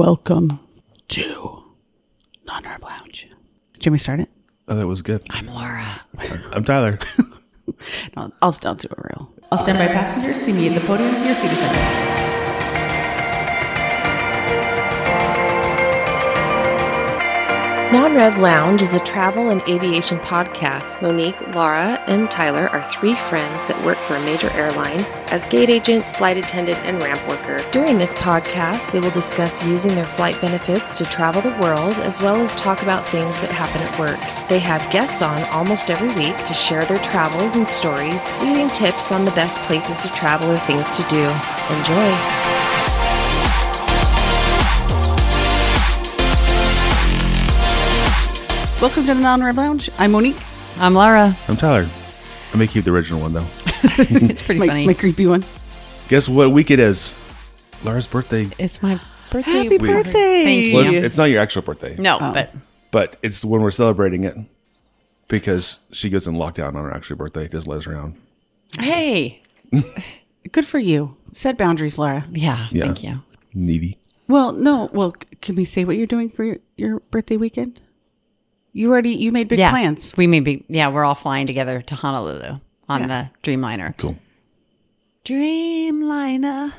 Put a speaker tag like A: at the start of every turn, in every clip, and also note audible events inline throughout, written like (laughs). A: Welcome to Non Herb Lounge. Jimmy, start it.
B: Oh, that was good.
A: I'm Laura.
B: I'm Tyler.
A: No, I'll, I'll do it real. I'll stand by passengers. See me at the podium. Your seat is second.
C: Non Rev Lounge is a travel and aviation podcast. Monique, Laura, and Tyler are three friends that work for a major airline as gate agent, flight attendant, and ramp worker. During this podcast, they will discuss using their flight benefits to travel the world as well as talk about things that happen at work. They have guests on almost every week to share their travels and stories, leaving tips on the best places to travel and things to do. Enjoy.
A: Welcome to the Non Herb Lounge. I'm Monique.
D: I'm Laura.
B: I'm Tyler. I may keep the original one though.
D: (laughs) It's pretty
A: My,
D: funny.
A: my creepy one.
B: Guess what week it is? Laura's birthday.
D: it's my birthday. Oh.
A: Happy
B: We-
A: birthday!
D: Thank
B: Well,
D: you.
B: It's not your actual birthday.
D: No, but
B: But it's when we're celebrating it because she goes in lockdown on her actual birthday. Just lays around.
D: hey,
A: Good for you. Set boundaries, Laura.
D: yeah,
B: Yeah.
D: thank you.
B: Needy.
A: Well, no. Well, c- can we say what you're doing for your, your birthday weekend? You already you made big
D: yeah,
A: plans.
D: We may be. Yeah, we're all flying together to Honolulu on the Dreamliner.
B: Cool.
D: Dreamliner.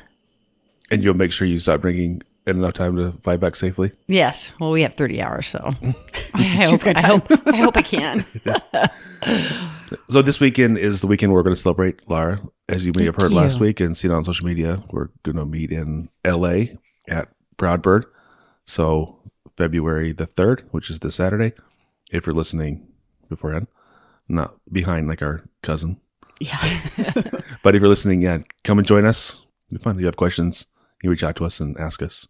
B: And you'll make sure you stop drinking in enough time to fly back safely.
D: Yes. Well, we have 30
B: (laughs)
D: hours, so I, hope, I hope I hope I can.
B: So this weekend is the weekend we're going to celebrate Laura, as you may have heard
D: you.
B: last week and seen on social media. We're going to meet in L.A. at Proudbird. So February the third, which is this Saturday, if you're listening beforehand, not behind like our cousin. Yeah. but if you're listening, yeah, come and join us. It'll be fun. If you have questions, you reach out to us and ask us.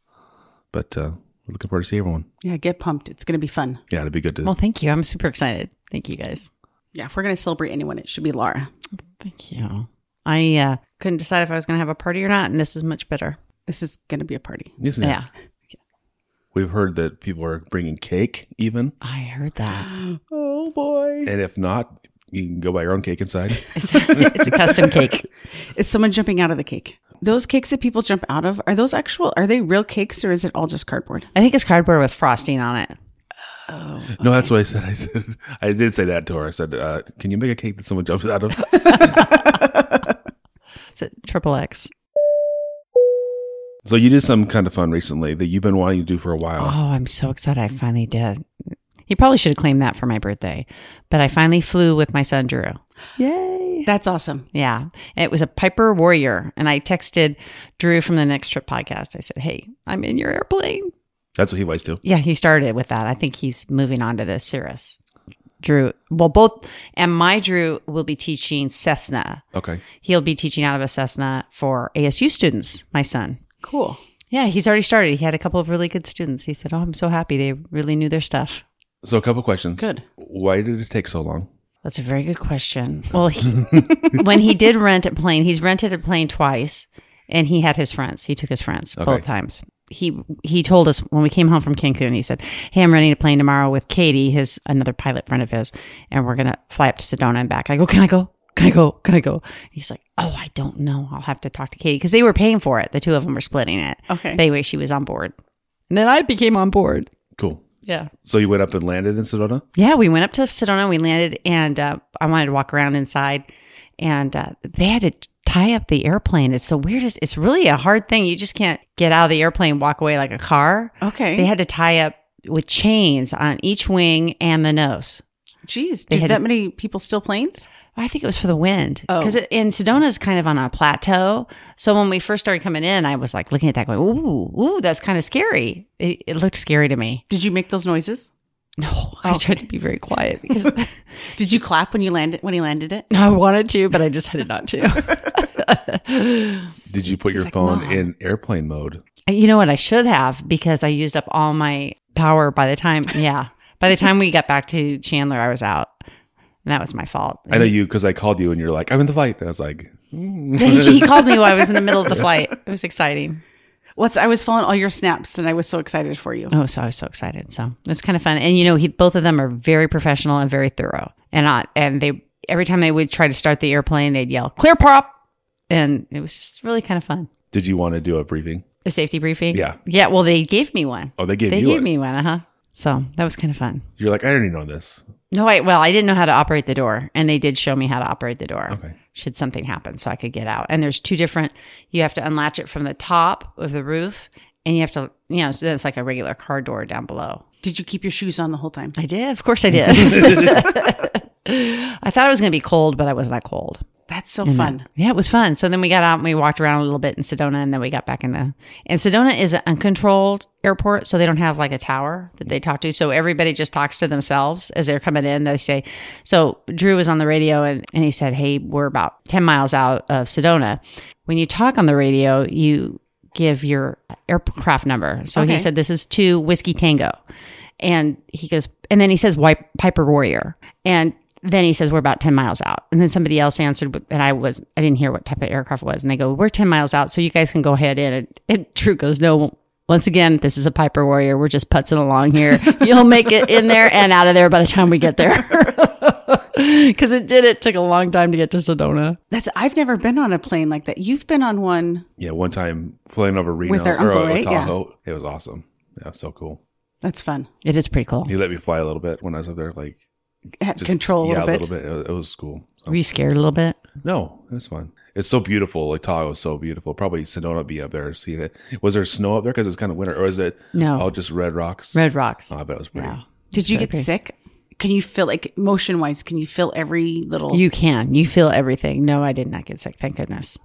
B: But uh, we're looking forward to seeing everyone.
A: Yeah, get pumped. It's going to be fun.
B: Yeah, it'd be good to.
D: Well, thank you. I'm super excited. Thank you guys.
A: Yeah, if we're going to celebrate anyone, it should be Laura.
D: Thank you. I uh, couldn't decide if I was going to have a party or not, and this is much better.
A: This is going to be a party.
B: Isn't it?
D: Yeah.
B: We've heard that people are bringing cake, even.
D: I heard that.
A: Oh boy!
B: And if not, you can go buy your own cake inside.
D: It's, it's a custom cake.
A: Is someone jumping out of the cake? Those cakes that people jump out of are those actual? Are they real cakes or is it all just cardboard?
D: I think it's cardboard with frosting on it. Oh.
B: No, that's what I said. (laughs) I said I did say that to her. I said, uh, "Can you make a cake that someone jumps
A: (laughs)
B: out of?"
D: It's at Triple X.
B: so you did something kind of fun recently that you've been wanting to do for a while.
A: Uh-huh.
D: Oh, I'm so excited. I finally did. He probably should have claimed that for my birthday, but I finally flew with my son, Drew. Yay.
A: That's awesome.
D: Yeah. And it was a Piper Warrior. And I texted Drew from the Next Trip podcast. I said, Hey, I'm in your airplane.
B: That's what he likes to.
D: Yeah, he started with that. I think he's moving on to the Cirrus. Drew, well, both, and my Drew will be teaching Cessna.
B: Okay,
D: He'll be teaching out of a Cessna for ASU students, my son.
A: Cool.
D: Yeah, he's already started. He had a couple of really good students. He said, Oh, I'm so happy. They really knew their stuff.
B: so a couple questions.
A: Good.
B: Why did it take so long?
D: That's a very good question. Well, he, (laughs) when he did rent a plane, he's rented a plane twice, and he had his friends. He took his friends
B: Okay.
D: both times. He he told us when we came home from Cancun. He said, "Hey, I'm renting a plane tomorrow with Katie, his another pilot friend of his, and we're gonna fly up to Sedona and back." I go, "Can I go? Can I go? Can I go?" He's like, "Oh, I don't know. I'll have to talk to Katie because they were paying for it. The two of them were splitting it.
A: Okay.
D: But anyway, she was on board, and then I became on board.
B: Cool.
D: Yeah.
B: So you went up and landed in Sedona.
D: Yeah, we went up to Sedona. We landed, and uh, I wanted to walk around inside, and uh, they had to tie up the airplane. It's the weirdest. It's really a hard thing. You just can't get out of the airplane, walk away like a car.
A: Okay.
D: They had to tie up with chains on each wing and the nose.
A: Jeez,
D: They
A: did
D: had
A: that
D: to-
A: many people steal planes?
D: I think it was for the wind
A: Oh.
D: because in Sedona is kind of on a plateau. So when we first started coming in, I was like looking at that, going, "Ooh, ooh, that's kind of scary." It, it looked scary to me.
A: Did you make those noises?
D: No, (laughs) I tried to be very quiet because
A: Did you clap when you landed when he landed it?
D: I wanted to, but I decided not to.
B: Did you put your phone in airplane mode?
D: You know what? I should have because I used up all my power by the time. Yeah. By the time we got back to Chandler, I was out. And that was my fault. (laughs)
B: I know you because I called you and you're like, "I'm in the flight." And I was like,
D: he called me while I was in the middle of the flight. It was exciting.
A: What's I was following all your snaps and I was so excited for you.
D: Oh, so I was so excited. So it was kind of fun. And you know, he, both of them are very professional and very thorough. And I, and they every time they would try to start the airplane, they'd yell "clear prop," and it was just really kind of fun.
B: "Did you want to do a briefing?"
D: A safety briefing?
B: Yeah.
D: Yeah. Well, they gave me one.
B: Oh, they gave
D: they
B: you
D: gave
B: it.
D: me one. Uh huh. So that was kind of fun.
B: You're like, I already know this.
D: No, I, well, I didn't know how to operate the door, and they did show me how to operate the door.
B: Okay.
D: Should something happen, so I could get out. And there's two different. You have to unlatch it from the top of the roof, and you have to, you know, so that's like a regular car door down below.
A: Did you keep your shoes on the whole time?
D: I did, of course, I did. (laughs) I thought it was going to be cold, but I was not cold.
A: That's so
D: And, uh,
A: fun.
D: Yeah, it was fun. So then we got out and we walked around a little bit in Sedona and then we got back in the and Sedona is an uncontrolled airport, so they don't have like a tower that they talk to. So everybody just talks to themselves as they're coming in. They say so Drew was on the radio and, and he said, Hey, we're about ten miles out of Sedona. When you talk on the radio, you give your aircraft number. So
A: Okay.
D: he said this is two whiskey tango. And he goes, and then he says, Why Piper Warrior? And then he says, We're about 10 miles out. And then somebody else answered, but- and I was, I didn't hear what type of aircraft it was. And they go, We're 10 miles out. So you guys can go ahead in. And, and Drew goes, No, once again, this is a Piper Warrior. We're just putzing along here. You'll make it in there and out of there by the time we get there. (laughs) Because it did, it took a long time to get to Sedona.
A: That's I've never been on a plane like that. You've been on one.
B: Yeah, one time playing over Reno
A: With their
B: or
A: uncle,
B: uh,
A: right? Yeah.
B: Tahoe. It was awesome. Yeah, it was so cool.
A: That's fun.
D: It is pretty cool.
B: He let me fly a little bit when I was up there, like
A: Have
B: just-
A: control a
B: yeah,
A: little bit.
B: It was, it was cool. So-
D: Were you scared a little bit?
B: No, it was fun. It's so beautiful. Like Tahoe is so beautiful. Probably Sedona would be up there seeing it. Was there snow up there because it's kind of winter, or is it
D: No.
B: all just red rocks?
D: Red Rocks.
B: Oh, I bet it was pretty.
D: Yeah.
A: Did you
D: very
A: get
D: pretty.
A: sick? Can you feel like motion wise? Can you feel every little?
D: You can. You feel everything. No, I did not get sick. Thank goodness.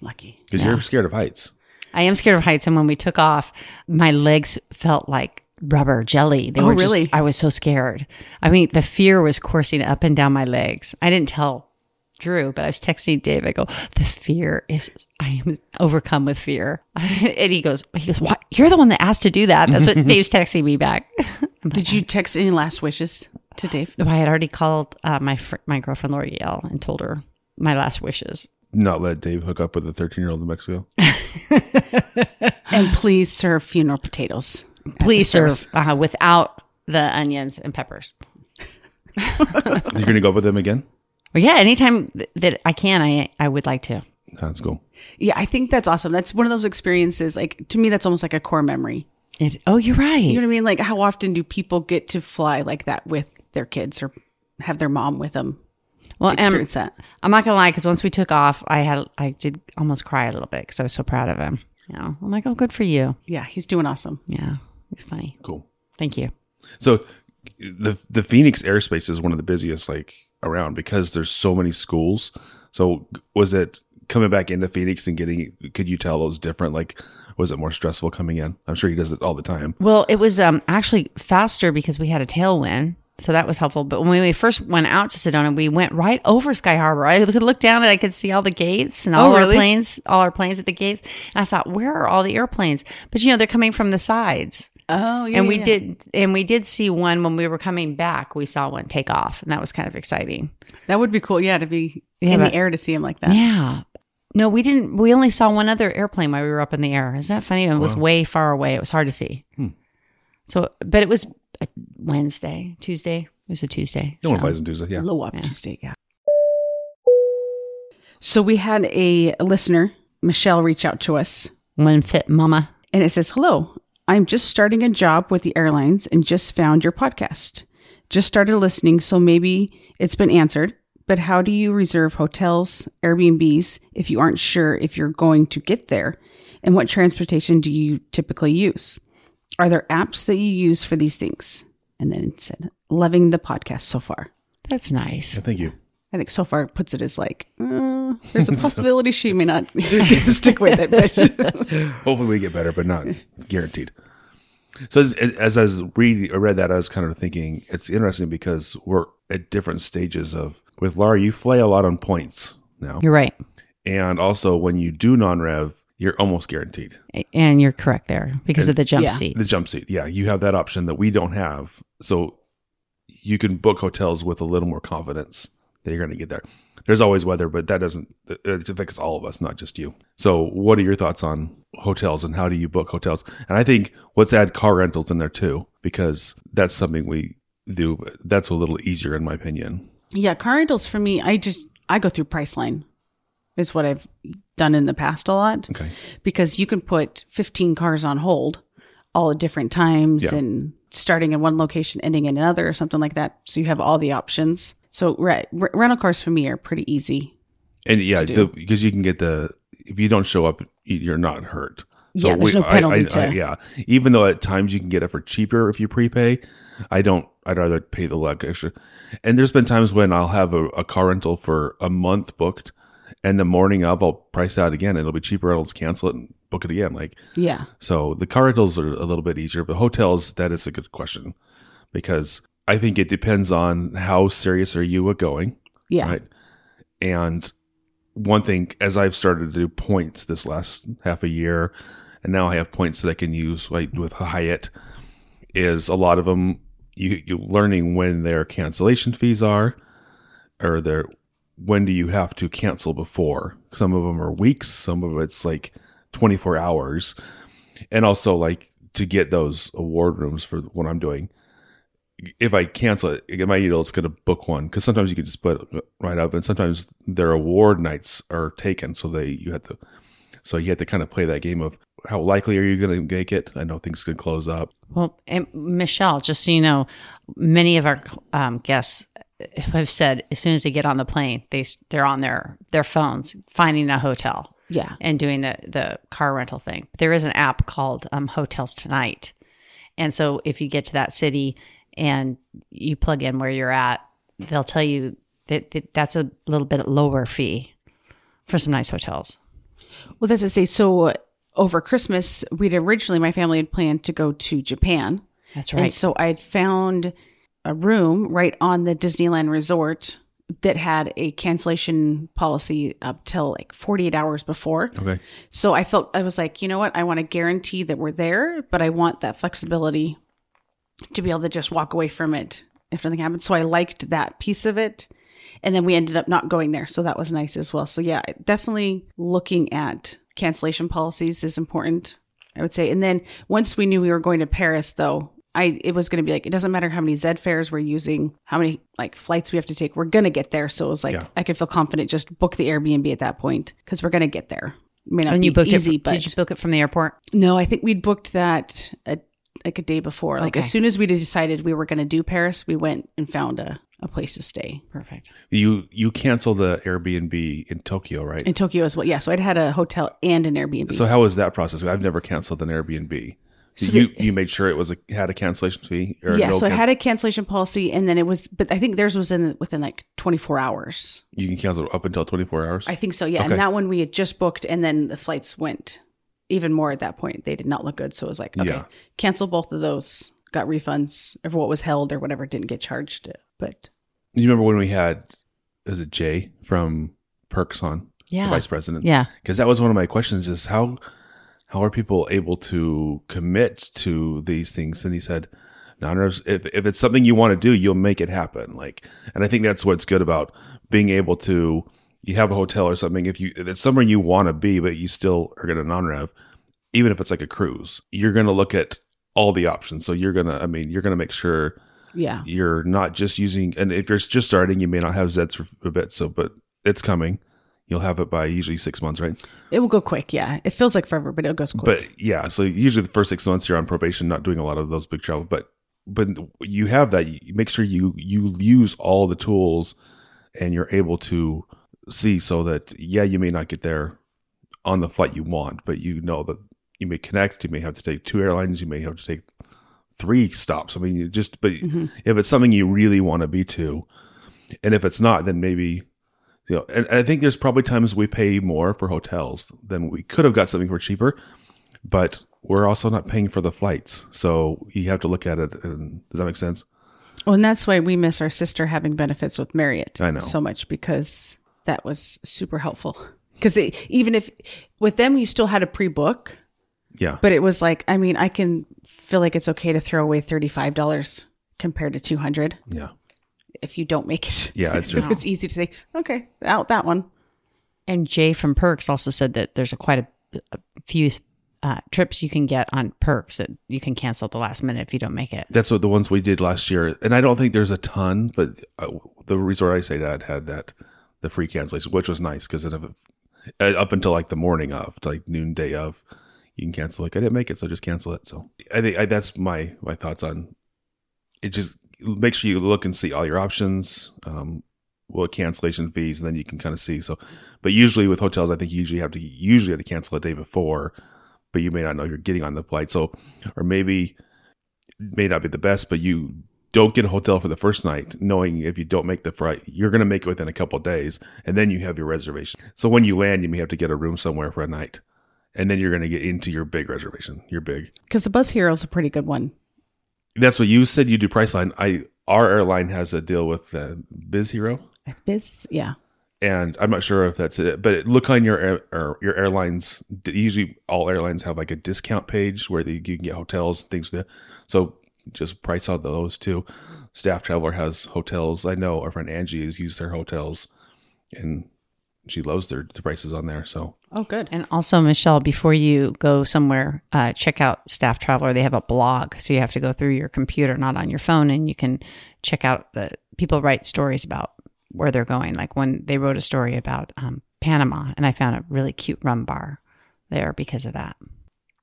A: lucky.
B: Because you're scared of heights.
D: I am scared of heights. And when we took off, my legs felt like rubber jelly. They
A: Oh,
D: were just-
A: really?
D: I was so scared. I mean, the fear was coursing up and down my legs. I didn't tell Drew, but I was texting Dave. I go, the fear is, I am overcome with fear. (laughs) and he goes, he goes, what? You're the one that asked to do that.
A: (laughs)
D: That's what Dave's texting me back.
A: Did you text any last wishes to Dave?
D: I had already called uh, my, fr- my girlfriend, Lori Yale, and told her my last wishes.
B: Not let Dave hook up with a 13 year old in Mexico.
A: And please serve funeral potatoes.
D: Please serve uh, without the onions and peppers.
B: you're gonna go up with him again?
D: Well, yeah, anytime th- that I can, I I would like to.
B: Sounds cool.
A: Yeah, I think that's awesome. That's one of those experiences. Like to me, that's almost like a core memory.
D: It, oh, you're right.
A: You know what I mean? Like how often do people get to fly like that with their kids or have their mom with them?
D: well, um,
A: Experience that.
D: I'm not gonna lie, because once we took off, I had I did almost cry a little bit because I was so proud of him. You know, I'm like, oh, good for you.
A: Yeah, he's doing awesome.
D: Yeah, it's funny.
B: Cool.
D: Thank you.
B: So the the Phoenix airspace is one of the busiest like around because there's so many schools. So was it coming back into Phoenix and getting could you tell it was different? Like was it more stressful coming in? I'm sure he does it all the time.
D: Well, it was um actually faster because we had a tailwind. So that was helpful. But when we first went out to Sedona, we went right over Sky Harbor. I (laughs) could look down and I could see all the gates and all
A: Oh,
D: our
A: really?
D: planes, all our planes at the gates. And I thought, where are all the airplanes? But you know, they're coming from the sides.
A: Oh, yeah.
D: and we did and we did see one when we were coming back we saw one take off and that was kind of exciting
A: That would be cool. Yeah, to be
D: Yeah,
A: in
D: but-
A: the air to see him like that.
D: yeah no we didn't we only saw one other airplane while we were up in the air isn't that funny it was
B: Wow. Hmm.
D: way far away it was hard to see so but it was a wednesday tuesday it was a tuesday
B: No one
D: so.
B: flies on Tuesday. Yeah.
A: Low up
D: Yeah.
A: Tuesday. Yeah. So we had a listener, Michelle, reach out to us
D: one fit mama
A: and it says, Hello, I'm just starting a job with the airlines and just found your podcast. Just started listening, so maybe it's been answered. But how do you reserve hotels, Airbnbs, if you aren't sure if you're going to get there? And what transportation do you typically use? Are there apps that you use for these things? And then it said, Loving the podcast so far.
D: that's nice
B: Yeah, thank you.
A: I think so far it puts it as like, uh, there's a possibility she may not (laughs) stick with it. But
B: Hopefully we get better, but not guaranteed. So as, as I was read I read that, I was kind of thinking it's interesting because we're at different stages of with Laura. You fly a lot on points now,
D: you're right
B: and also when you do non-rev, you're almost guaranteed.
D: and you're correct there because of the jump
A: Yeah.
D: seat
B: The jump seat. Yeah, you have that option that we don't have. So you can book hotels with a little more confidence that you're going to get there. There's always weather, but that doesn't it affects all of us, not just you. So what are your thoughts on hotels and how do you book hotels? And I think let's add car rentals in there too because that's something we do. but That's a little easier in my opinion.
A: yeah, car rentals for me, I just, I go through Priceline. is what I've done in the past a lot
B: Okay.
A: because you can put 15 cars on hold all at different times
B: Yeah.
A: and starting in one location, ending in another, or something like that. So you have all the options. So re- re- rental cars for me are pretty easy.
B: And yeah,
A: do.
B: because you can get the if you don't show up, you're not hurt.
A: Yeah, there's no
B: I- I-
A: penalty
B: I-
A: to-
B: yeah, even though at times you can get it for cheaper if you prepay, I don't. I'd rather pay the leg extra. And there's been times when I'll have a, a car rental for a month booked, and the morning of I'll price out again. And it'll be cheaper. I'll just cancel it and book it again. Like
A: Yeah.
B: so the car rentals are a little bit easier, but hotels, that is a good question because I think it depends on how serious are you at going,
A: Yeah.
B: right? And one thing, as I've started to do points this last half a year, and now I have points that I can use like with Hyatt, is a lot of them you, you're learning when their cancellation fees are, or their when do you have to cancel before? Some of them are weeks, some of it's like 24 hours and also like to get those award rooms for what I'm doing. If I cancel it, it might it's going to book one because sometimes you can just put it right up, and sometimes their award nights are taken, so they you have to, so you have to kind of play that game of how likely are you going to make it? I know things could close up.
D: Well, and Michelle, just so you know, many of our um, guests have said as soon as they get on the plane, they s- they're on their their phones finding a hotel
A: Yeah.
D: and doing the the car rental thing. There is an app called um, Hotels Tonight, and so if you get to that city and you plug in where you're at, they'll tell you that, that that's a little bit lower fee for some nice hotels.
A: Well, that's to say, so uh, over Christmas, we'd originally, my family had planned to go to Japan.
D: That's
A: And so I had found a room right on the Disneyland resort that had a cancellation policy up till like 48 hours before.
B: Okay,
A: So I felt, I was like, you know what? I want to guarantee that we're there, but I want that flexibility to be able to just walk away from it if nothing happens. So I liked that piece of it. And then we ended up not going there. So that was nice as well. So yeah, definitely looking at cancellation policies is important, I would say. And then once we knew we were going to Paris though, I it was gonna be like it doesn't matter how many Z fares we're using, how many like flights we have to take, we're gonna get there. So it was like
B: Yeah.
A: I could feel confident just book the Airbnb at that point because we're gonna get there. May not
D: and
A: be
D: you booked
A: easy,
D: it.
A: but
D: did you book it from the airport?
A: no, I think we'd booked that a, like a day before. Like
D: Okay.
A: as soon as we decided we were going to do Paris, we went and found a, a place to stay
D: Perfect.
B: you you cancel the Airbnb in Tokyo, right?
A: in Tokyo as well. Yeah, so I'd had a hotel and an Airbnb.
B: so how was that process? I've never canceled an Airbnb.
A: So
B: you
A: the-
B: you made sure it was a, had a cancellation fee or
A: yeah,
B: no
A: so I
B: canc-
A: had a cancellation policy, and then it was, but I think theirs was in within like 24 hours.
B: you can cancel up until 24 hours.
A: I think so. Yeah,
B: Okay.
A: and that one we had just booked, and then the flights went even more at that point. They did not look good, so it was like okay,
B: Yeah.
A: cancel both of those. Got refunds of what was held or whatever didn't get charged, but
B: You remember when we had, is it Jay from Perks on, the
D: Yeah.
B: vice president?
D: Yeah.
B: Because that was one of my questions is how, how are people able to commit to these things? And he said, no, no, if, if it's something you want to do, you'll make it happen. Like, and I think that's what's good about being able to, you have a hotel or something. If you, if it's somewhere you want to be, but you still are going to non-rev, even if it's like a cruise, you're going to look at all the options. So you're going to, I mean, you're going to make sure
A: yeah,
B: you're not just using and if you're just starting you may not have zeds for a bit so but it's coming you'll have it by usually six months right
A: it will go quick. Yeah, it feels like forever, but it goes quick.
B: but yeah so usually the first six months you're on probation not doing a lot of those big travel but but you have that you make sure you you use all the tools and you're able to see so that yeah you may not get there on the flight you want but you know that you may connect you may have to take two airlines you may have to take three stops i mean you just but
A: Mhm.
B: if it's something you really want to be to and if it's not then maybe you know and i think there's probably times we pay more for hotels than we could have got something for cheaper but we're also not paying for the flights so you have to look at it and does that make sense
A: Oh, and that's why we miss our sister having benefits with Marriott.
B: I know.
A: so much because that was super helpful. Because even if with them you still had a pre-book,
B: yeah
A: but it was like I mean I can feel like it's okay to throw away thirty five dollars compared to two hundred
B: yeah
A: if you don't make it. (laughs)
B: Yeah, that's true.
A: it's easy to say okay out that one.
D: And Jay from Perks also said that there's a quite a, a few uh, trips you can get on Perks that you can cancel at the last minute if you don't make it.
B: that's what the ones we did last year and i don't think there's a ton but uh, the resort i stayed at had that the free cancellation which was nice because then if it uh, up until like the morning of, to, like noonday of. You can cancel. Like I didn't make it, so just cancel it. So I think I, that's my my thoughts on it. Just make sure you look and see all your options. Um, what cancellation fees, and then you can kind of see. So, but usually with hotels, I think you usually have to usually have to cancel a day before, but you may not know you're getting on the flight. So, or maybe it may not be the best, but you don't get a hotel for the first night, knowing if you don't make the flight, you're going to make it within a couple of days, and then you have your reservation. So when you land, you may have to get a room somewhere for a night, and then you're going to get into your big reservation. Your big.
A: Because the Bus Hero is a pretty good one.
B: That's what you said. You do Priceline. I our airline has a deal with uh, Biz Hero.
A: Biz, yeah.
B: and I'm not sure if that's it, but look on your air, or your airlines. Usually, all airlines have like a discount page where they, you can get hotels and things. Like that. So just price out those too. Staff Traveler has hotels. I know our friend Angie has used their hotels, and she loves their the prices on there. So
A: Oh, good.
D: And also, Michelle, before you go somewhere, uh, check out Staff Traveler. They have a blog, so you have to go through your computer, not on your phone, and you can check out the people write stories about where they're going. Like when they wrote a story about um, Panama, and I found a really cute rum bar there because of that.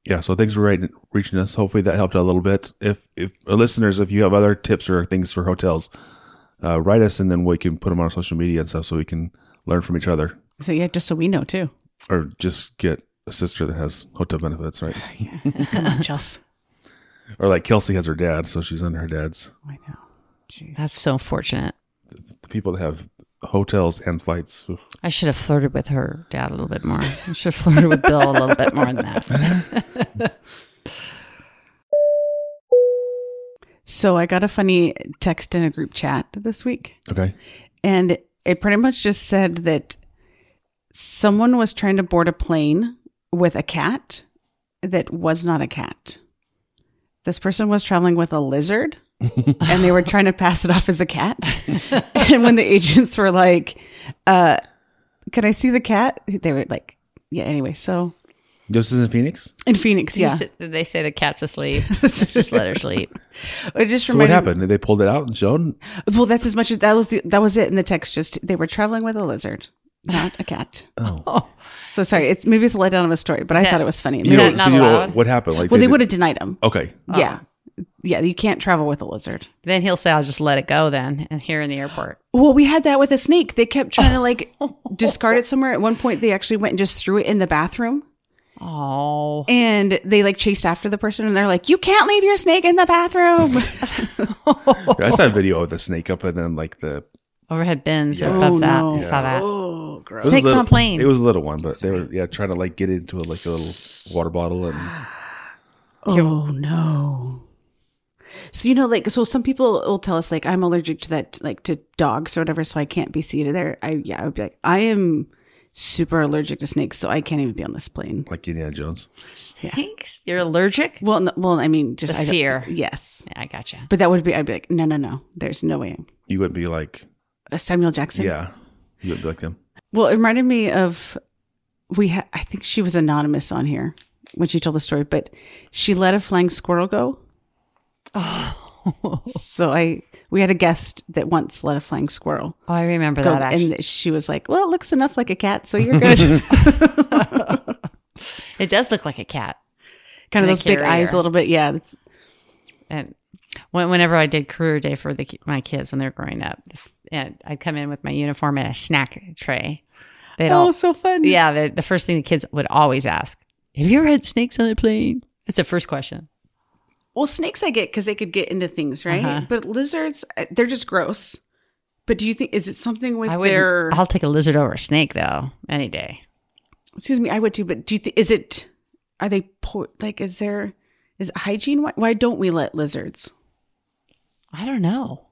B: yeah, so thanks for writing, reaching us. Hopefully that helped a little bit. If if uh, listeners, if you have other tips or things for hotels, uh, write us, and then we can put them on our social media and stuff, so we can learn from each other.
A: So, yeah, just so we know, too.
B: or just get a sister that has hotel benefits, right?
A: Come (laughs) on, Chelsea.
B: Or like Kelsey has her dad, so she's under her dad's.
A: I know. Jeez.
D: That's so fortunate.
B: The people that have hotels and flights. oof.
D: I should have flirted with her dad a little bit more. I should have flirted with Bill a little bit more than that.
A: so, I got a funny text in a group chat this week.
B: Okay.
A: and it pretty much just said that someone was trying to board a plane with a cat that was not a cat. This person was traveling with a
B: (laughs)
A: lizard and they were trying to pass it off as a cat. (laughs) and when the agents were like, uh, can I see the cat? They were like, yeah, anyway. So
B: This is in Phoenix?
A: in Phoenix, yeah.
D: They say the cat's asleep. Let's just let her sleep.
A: It just
B: So what
A: reminded-
B: happened? They pulled it out and showed?
A: Well, that's as much as that was the, that was it in the text. Just they were traveling with a lizard, not a cat.
B: (laughs) Oh.
A: (laughs) So sorry, it's maybe it's a letdown of a story, but I
D: that-
A: thought it was funny.
D: Is
B: You
A: Maybe-
B: don't-
D: that not
B: so you don't-
D: allowed?
B: what happened? Like
A: well, they
B: did-
A: would have denied him.
B: Okay.
D: Oh.
A: Yeah, yeah, you can't travel with a lizard.
D: Then he'll say, I'll just let it go then, and here in the airport.
A: Well, we had that with a snake. They kept trying to
D: (laughs)
A: like discard it somewhere. At one point, they actually went and just threw it in the bathroom,
D: Oh.
A: and they like chased after the person, and they're like, "You can't leave your snake in the bathroom."
B: I saw a video of the snake up and then like the
D: Overhead bins
B: Yeah.
D: above
A: Oh,
D: that.
A: no.
D: I saw that.
A: oh,
B: it was a
A: gross!
D: (laughs) Snakes
B: little-
D: on a plane.
B: It was a little one, but they were yeah, trying to like get into a, like a little water bottle and
A: Oh no. So you know, like, so some people will tell us, like, I'm allergic to that, like, to dogs or whatever, so I can't be seated there. I yeah, I would be like, I am super allergic to snakes, so I can't even be on this plane.
B: like Indiana Jones.
D: Snakes? You're allergic?
A: Well, no, well, I mean, just
D: The
A: I don't-
D: fear.
A: Yes,
D: Yeah, I gotcha.
A: but that would be. I'd be like, no, no, no. There's no way.
B: You would be like,
A: Uh, Samuel Jackson.
B: yeah, you would be like them.
A: Well, it reminded me of we. Ha- I think she was anonymous on here when she told the story, but she let a flying squirrel go.
D: Oh,
A: So I we had a guest that once let a flying squirrel
D: Oh, I remember
A: go,
D: that actually.
A: and she was like, "Well, it looks enough like a cat, so you're
D: (laughs)
A: good."
D: It does look like a cat.
A: kind
D: And a
A: of those big eyes,
D: carrier.
A: a little bit. Yeah, that's
D: And when- whenever I did career day for the, ki- my kids when they were growing up, and I'd come in with my uniform and a snack tray. They'd all
A: oh, so fun.
D: Yeah, the, the first thing the kids would always ask, "Have you ever had snakes on a plane?" That's the first question.
A: Well, snakes I get because they could get into things, right?
D: Uh-huh.
A: But lizards, uh, they're just gross. But do you think is it something with
D: I would.
A: their?
D: I'll take a lizard over a snake though, any day.
A: excuse me, I would too. But do you think is it? Are they poor? Like, is there? Is it hygiene? Why, why don't we let lizards?
D: I don't know.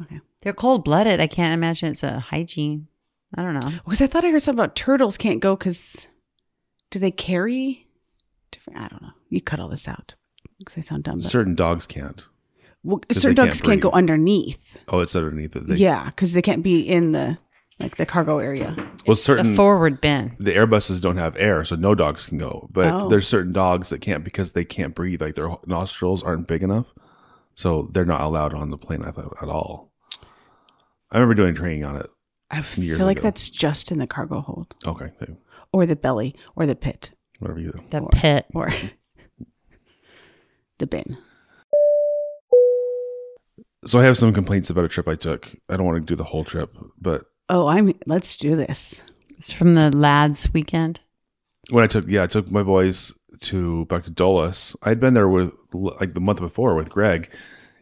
A: Okay.
D: They're cold blooded. I can't imagine it's a hygiene. I don't know.
A: Because I thought I heard something about turtles can't go because do they carry different? I don't know. You cut all this out because I sound dumb. But,
B: Certain dogs can't.
A: well,
B: 'cause
A: certain
B: they can't
A: dogs can't go
B: breathe.
A: underneath.
B: Oh, it's underneath it. They-
A: yeah, because they can't be in the like the cargo area.
B: Well, certain
D: the forward bin.
B: the airbuses don't have air, so no dogs can go. But
A: Oh.
B: there's certain dogs that can't because they can't breathe. Like their nostrils aren't big enough, so they're not allowed on the plane I thought, at all. I remember doing training on it.
A: I
B: Years
A: feel like
B: ago.
A: that's just in the cargo hold.
B: Okay,
A: or the belly or the pit
B: whatever you do.
D: The
A: Or-
D: pit.
A: or (laughs) the bin.
B: So I have some complaints about a trip I took. I don't want to do the whole trip, but
A: Oh, I'm let's do this.
D: It's from the lads weekend.
B: when I took, yeah, I took my boys to back to Dulles. I'd been there with like the month before with Greg,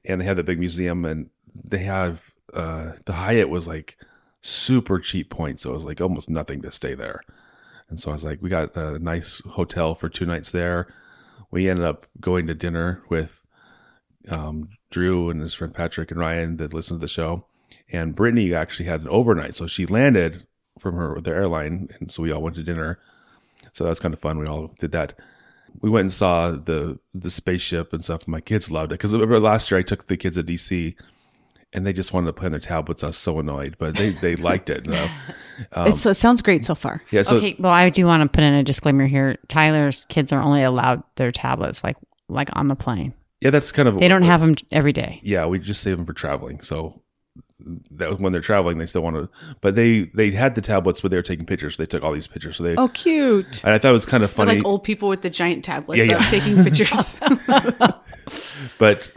B: and they had that big museum, and they have uh, the Hyatt was like super cheap points, so it was like almost nothing to stay there. And so I was like, we got a nice hotel for two nights there. We ended up going to dinner with um, Drew and his friend Patrick and Ryan that listened to the show. And Brittany actually had an overnight, so she landed from her the airline, and so we all went to dinner. So that was kind of fun. We all did that. We went and saw the the spaceship and stuff. My kids loved it because remember last year I took the kids to DC, and they just wanted to play on their tablets. I was so annoyed, but they they liked it. you know? Um,
A: It's so it sounds great so far.
B: Yeah. So
D: okay, well, I do want to put in a disclaimer here. Tyler's kids are only allowed their tablets, like like on the plane.
B: yeah, that's kind of
D: They don't have them every day.
B: yeah, we just save them for traveling. So that was when they're traveling, they still want to. But they they had the tablets, but they were taking pictures. So they took all these pictures. So they
A: Oh, cute.
B: and I thought it was kind of
A: They're
B: funny,
A: Like old people with the giant tablets
B: Yeah,
A: up
B: yeah.
A: taking pictures.
B: but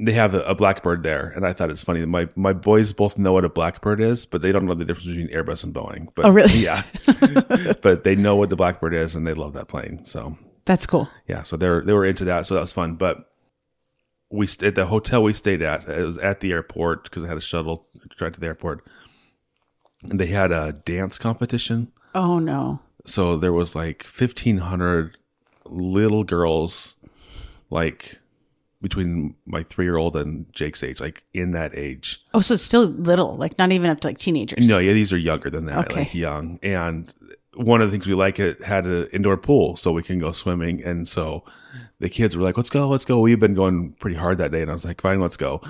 B: they have a, a blackbird there, and I thought it's funny. that My my boys both know what a blackbird is, but they don't know the difference between Airbus and Boeing. But
A: Oh, really? (laughs)
B: Yeah, but they know what the blackbird is, and they love that plane. So
A: (laughs) That's cool.
B: yeah, so they're they were into that, so that was fun. But we st- at the hotel we stayed at it was at the airport because I had a shuttle right to the airport, and they had a dance competition.
A: Oh no.
B: So there was like fifteen hundred little girls, like between my three year old and Jake's age, like in that age.
A: Oh, so it's still little, like not even up to like teenagers.
B: No, yeah, these are younger than that,
A: Okay.
B: like young. And one of the things we like it had an indoor pool, so we can go swimming. And so the kids were like, "Let's go, let's go." We've been going pretty hard that day, and I was like, "Fine, let's go."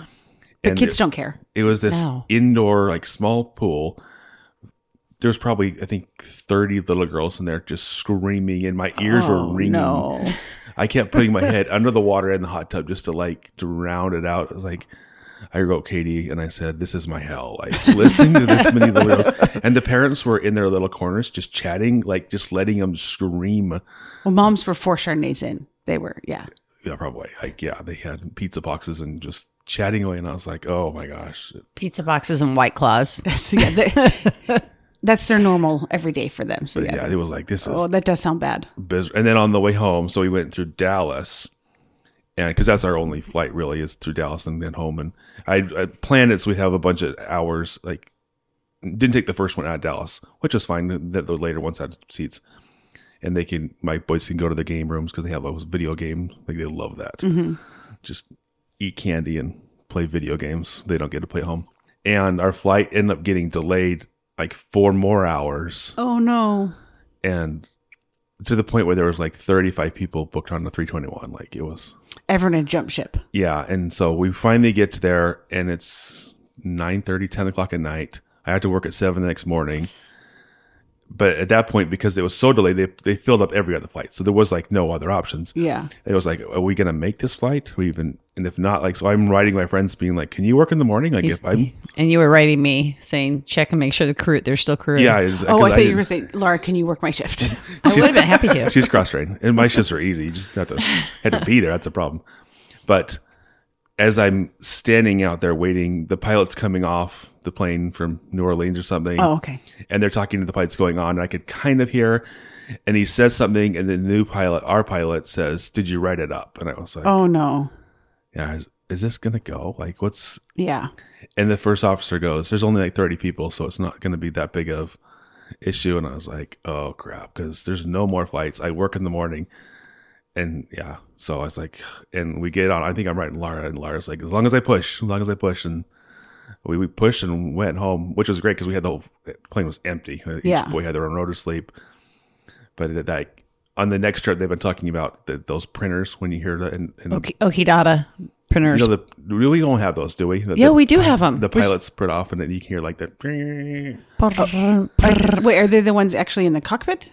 A: the
B: and
A: kids
B: it,
A: don't care.
B: it was this
D: No.
B: indoor, like small pool. There's probably I think 30 little girls in there just screaming, and my ears
A: Oh,
B: were ringing.
A: No.
B: I kept putting my head under the water in the hot tub just to like to round it out. It was like I wrote Katie and I said, "This is my hell." Like (laughs) listening to this many little girls, and the parents were in their little corners just chatting, like just letting them scream.
A: Well, moms were four Chardonnays in. They were, yeah.
B: Yeah, probably. Like yeah, they had pizza boxes and just chatting away, and I was like, "Oh my gosh."
D: Pizza boxes and
B: (laughs)
D: white claws.
A: yeah they- (laughs) that's their normal every day for them. So yeah.
B: But yeah, it was like this is
A: oh, that does sound bad.
B: biz- and then on the way home, so we went through Dallas, and because that's our only flight really is through Dallas and then home. And I, I planned it so we'd have a bunch of hours. Like, didn't take the first one out of Dallas, which is fine. The, the later ones had seats, and they can my boys can go to the game rooms because they have those video game. Like they love that.
A: Mm. Mm-hmm.
B: Just eat candy and play video games. They don't get to play at home. And our flight ended up getting delayed like four more hours
A: Oh no.
B: and to the point where there was like 35 people booked on the 321 like it was
A: Everyone had jump ship.
B: yeah and so we finally get to there and it's 9 10 o'clock at night i had to work at 7 the next morning but at that point because it was so delayed they, they filled up every other flight so there was like no other options
A: Yeah.
B: it was like are we gonna make this flight we even and if not like so i'm writing my friends being like can you work in the morning like
D: He's-
B: if i'm
D: And you were writing me saying, check and make sure the crew, they're still crew.
B: yeah
D: I
B: it's-
A: Oh,
B: 'cause
A: I thought you
B: didn't-
A: were saying, Laura, can you work my
B: (laughs)
A: shift?
D: would
A: (laughs)
D: have been happy to.
B: She's cross trained, and my shifts are easy. You just have to had to be there. That's a problem. But as I'm standing out there waiting, the pilot's coming off the plane from New Orleans or something,
A: oh, okay.
B: and they're talking to the pilots going on. And I could kind of hear, and he says something, and the new pilot, our pilot, says, "Did you write it up?" And I was like,
A: Oh no.
B: "Yeah, is, is this gonna go? Like, what's?" (laughs)
A: Yeah.
B: And the first officer goes, "There's only like 30 people, so it's not gonna be that big of." issue and I was like, oh crap, because there's no more flights. I work in the morning. And yeah, so I was like, and we get on. I think I'm writing Lara, and Lara's like, as long as I push, as long as I push. And we, we pushed and went home, which was great because we had the whole the plane was empty. Uh, Each
A: Yeah.
B: boy had their own row to sleep. But that, that on the next trip, they've been talking about the, those printers when you hear that. And, and
D: Okay, Okidata
B: you
D: printers.
B: know, the, we don't have those, do we? The-
D: yeah,
B: the-
D: we do have them.
B: The pilots print off, and then you can hear like the.
A: Wait, are they the ones actually in the cockpit?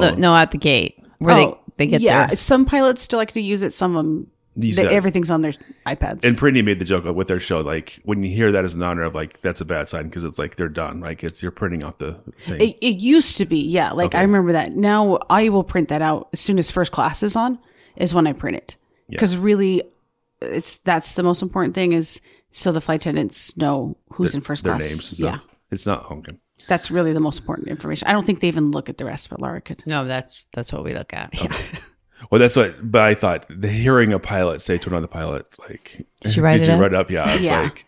B: No.
D: the, no, at the gate where
A: Oh,
D: they, they get
A: yeah.
D: there.
A: Some pilots still like to use it. Some of them
B: These,
A: They-
B: uh,
A: everything's on their iPads.
B: and Brittany made the joke with their show, like when you hear that as an honor of like that's a bad sign because it's like they're done, like it's you're printing off the thing.
A: it, it used to be, yeah. Like I
B: Okay.
A: remember that. Now I will print that out as soon as first class is on. Is when I print it because really, it's that's the most important thing is so the flight attendants know who's in first
B: their
A: class.
B: names and
A: yeah,
B: stuff. It's not oh, okay.
A: that's really the most important information. I don't think they even look at the rest, but Laura could.
D: No, that's that's what we look at.
B: Well, that's what. But I thought the hearing a pilot say to another pilot, like,
D: Did you
B: (laughs)
D: write
B: did
D: it
B: you
D: up?
B: write up? Yeah, it's
A: Yeah.
B: like,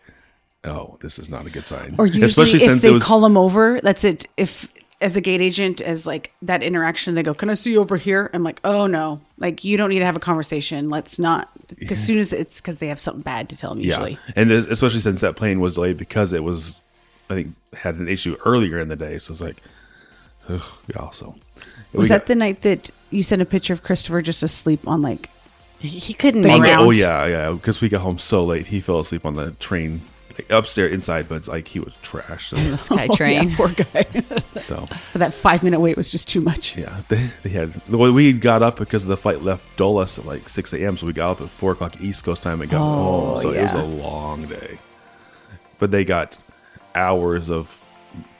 B: oh, this is not a good sign.
A: Or usually,
B: especially
A: if
B: since
A: they
B: it was
A: call them over, that's it. If as a gate agent, as like that interaction, they go, "Can I see you over here?" I'm like, "Oh no, like you don't need to have a conversation. Let's not." As soon as it's because they have something bad to tell them
B: yeah,
A: usually.
B: and this, especially since that plane was delayed because it was, I think, had an issue earlier in the day. So it's like, ugh, yeah. So
A: Was that the night that you sent a picture of Christopher just asleep on like
D: He he couldn't
A: The
D: make
A: ground.
D: it.
B: Oh yeah, yeah. Because we got home so late, he fell asleep on the train, like upstairs inside, but it's like he was trash. So,
D: The
A: (laughs)
D: sky
B: Oh,
D: train.
A: poor guy?
B: so
A: but that five minute wait was just too much.
B: yeah, (laughs) they, they had. Well, we got up because the flight left Dulles at like six a.m. So we got up at four o'clock East Coast time and got home. So it was
A: Oh, yeah.
B: a long day. But they got hours of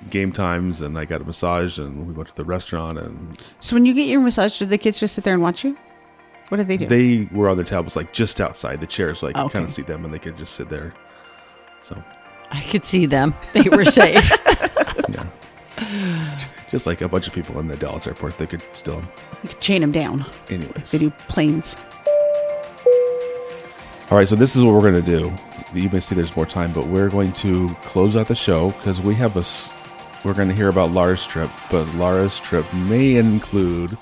B: game times, and I got a massage, and we went to the restaurant, and
A: So when you get your massage, do the kids just sit there and watch you? What do they do?
B: they were on their tablets like just outside the chairs, so I could
A: Okay.
B: kind of see them, and they could just sit there. So
D: I could see them. They (laughs) were safe.
B: Yeah. (laughs) Just like a bunch of people in the Dallas airport, they could still.
A: You could chain them down.
B: Anyways.
A: They do planes.
B: All right, so this is what we're going to do. You may see there's more time, but we're going to close out the show because we have a. s- We're going to hear about Lara's trip, but Lara's trip may include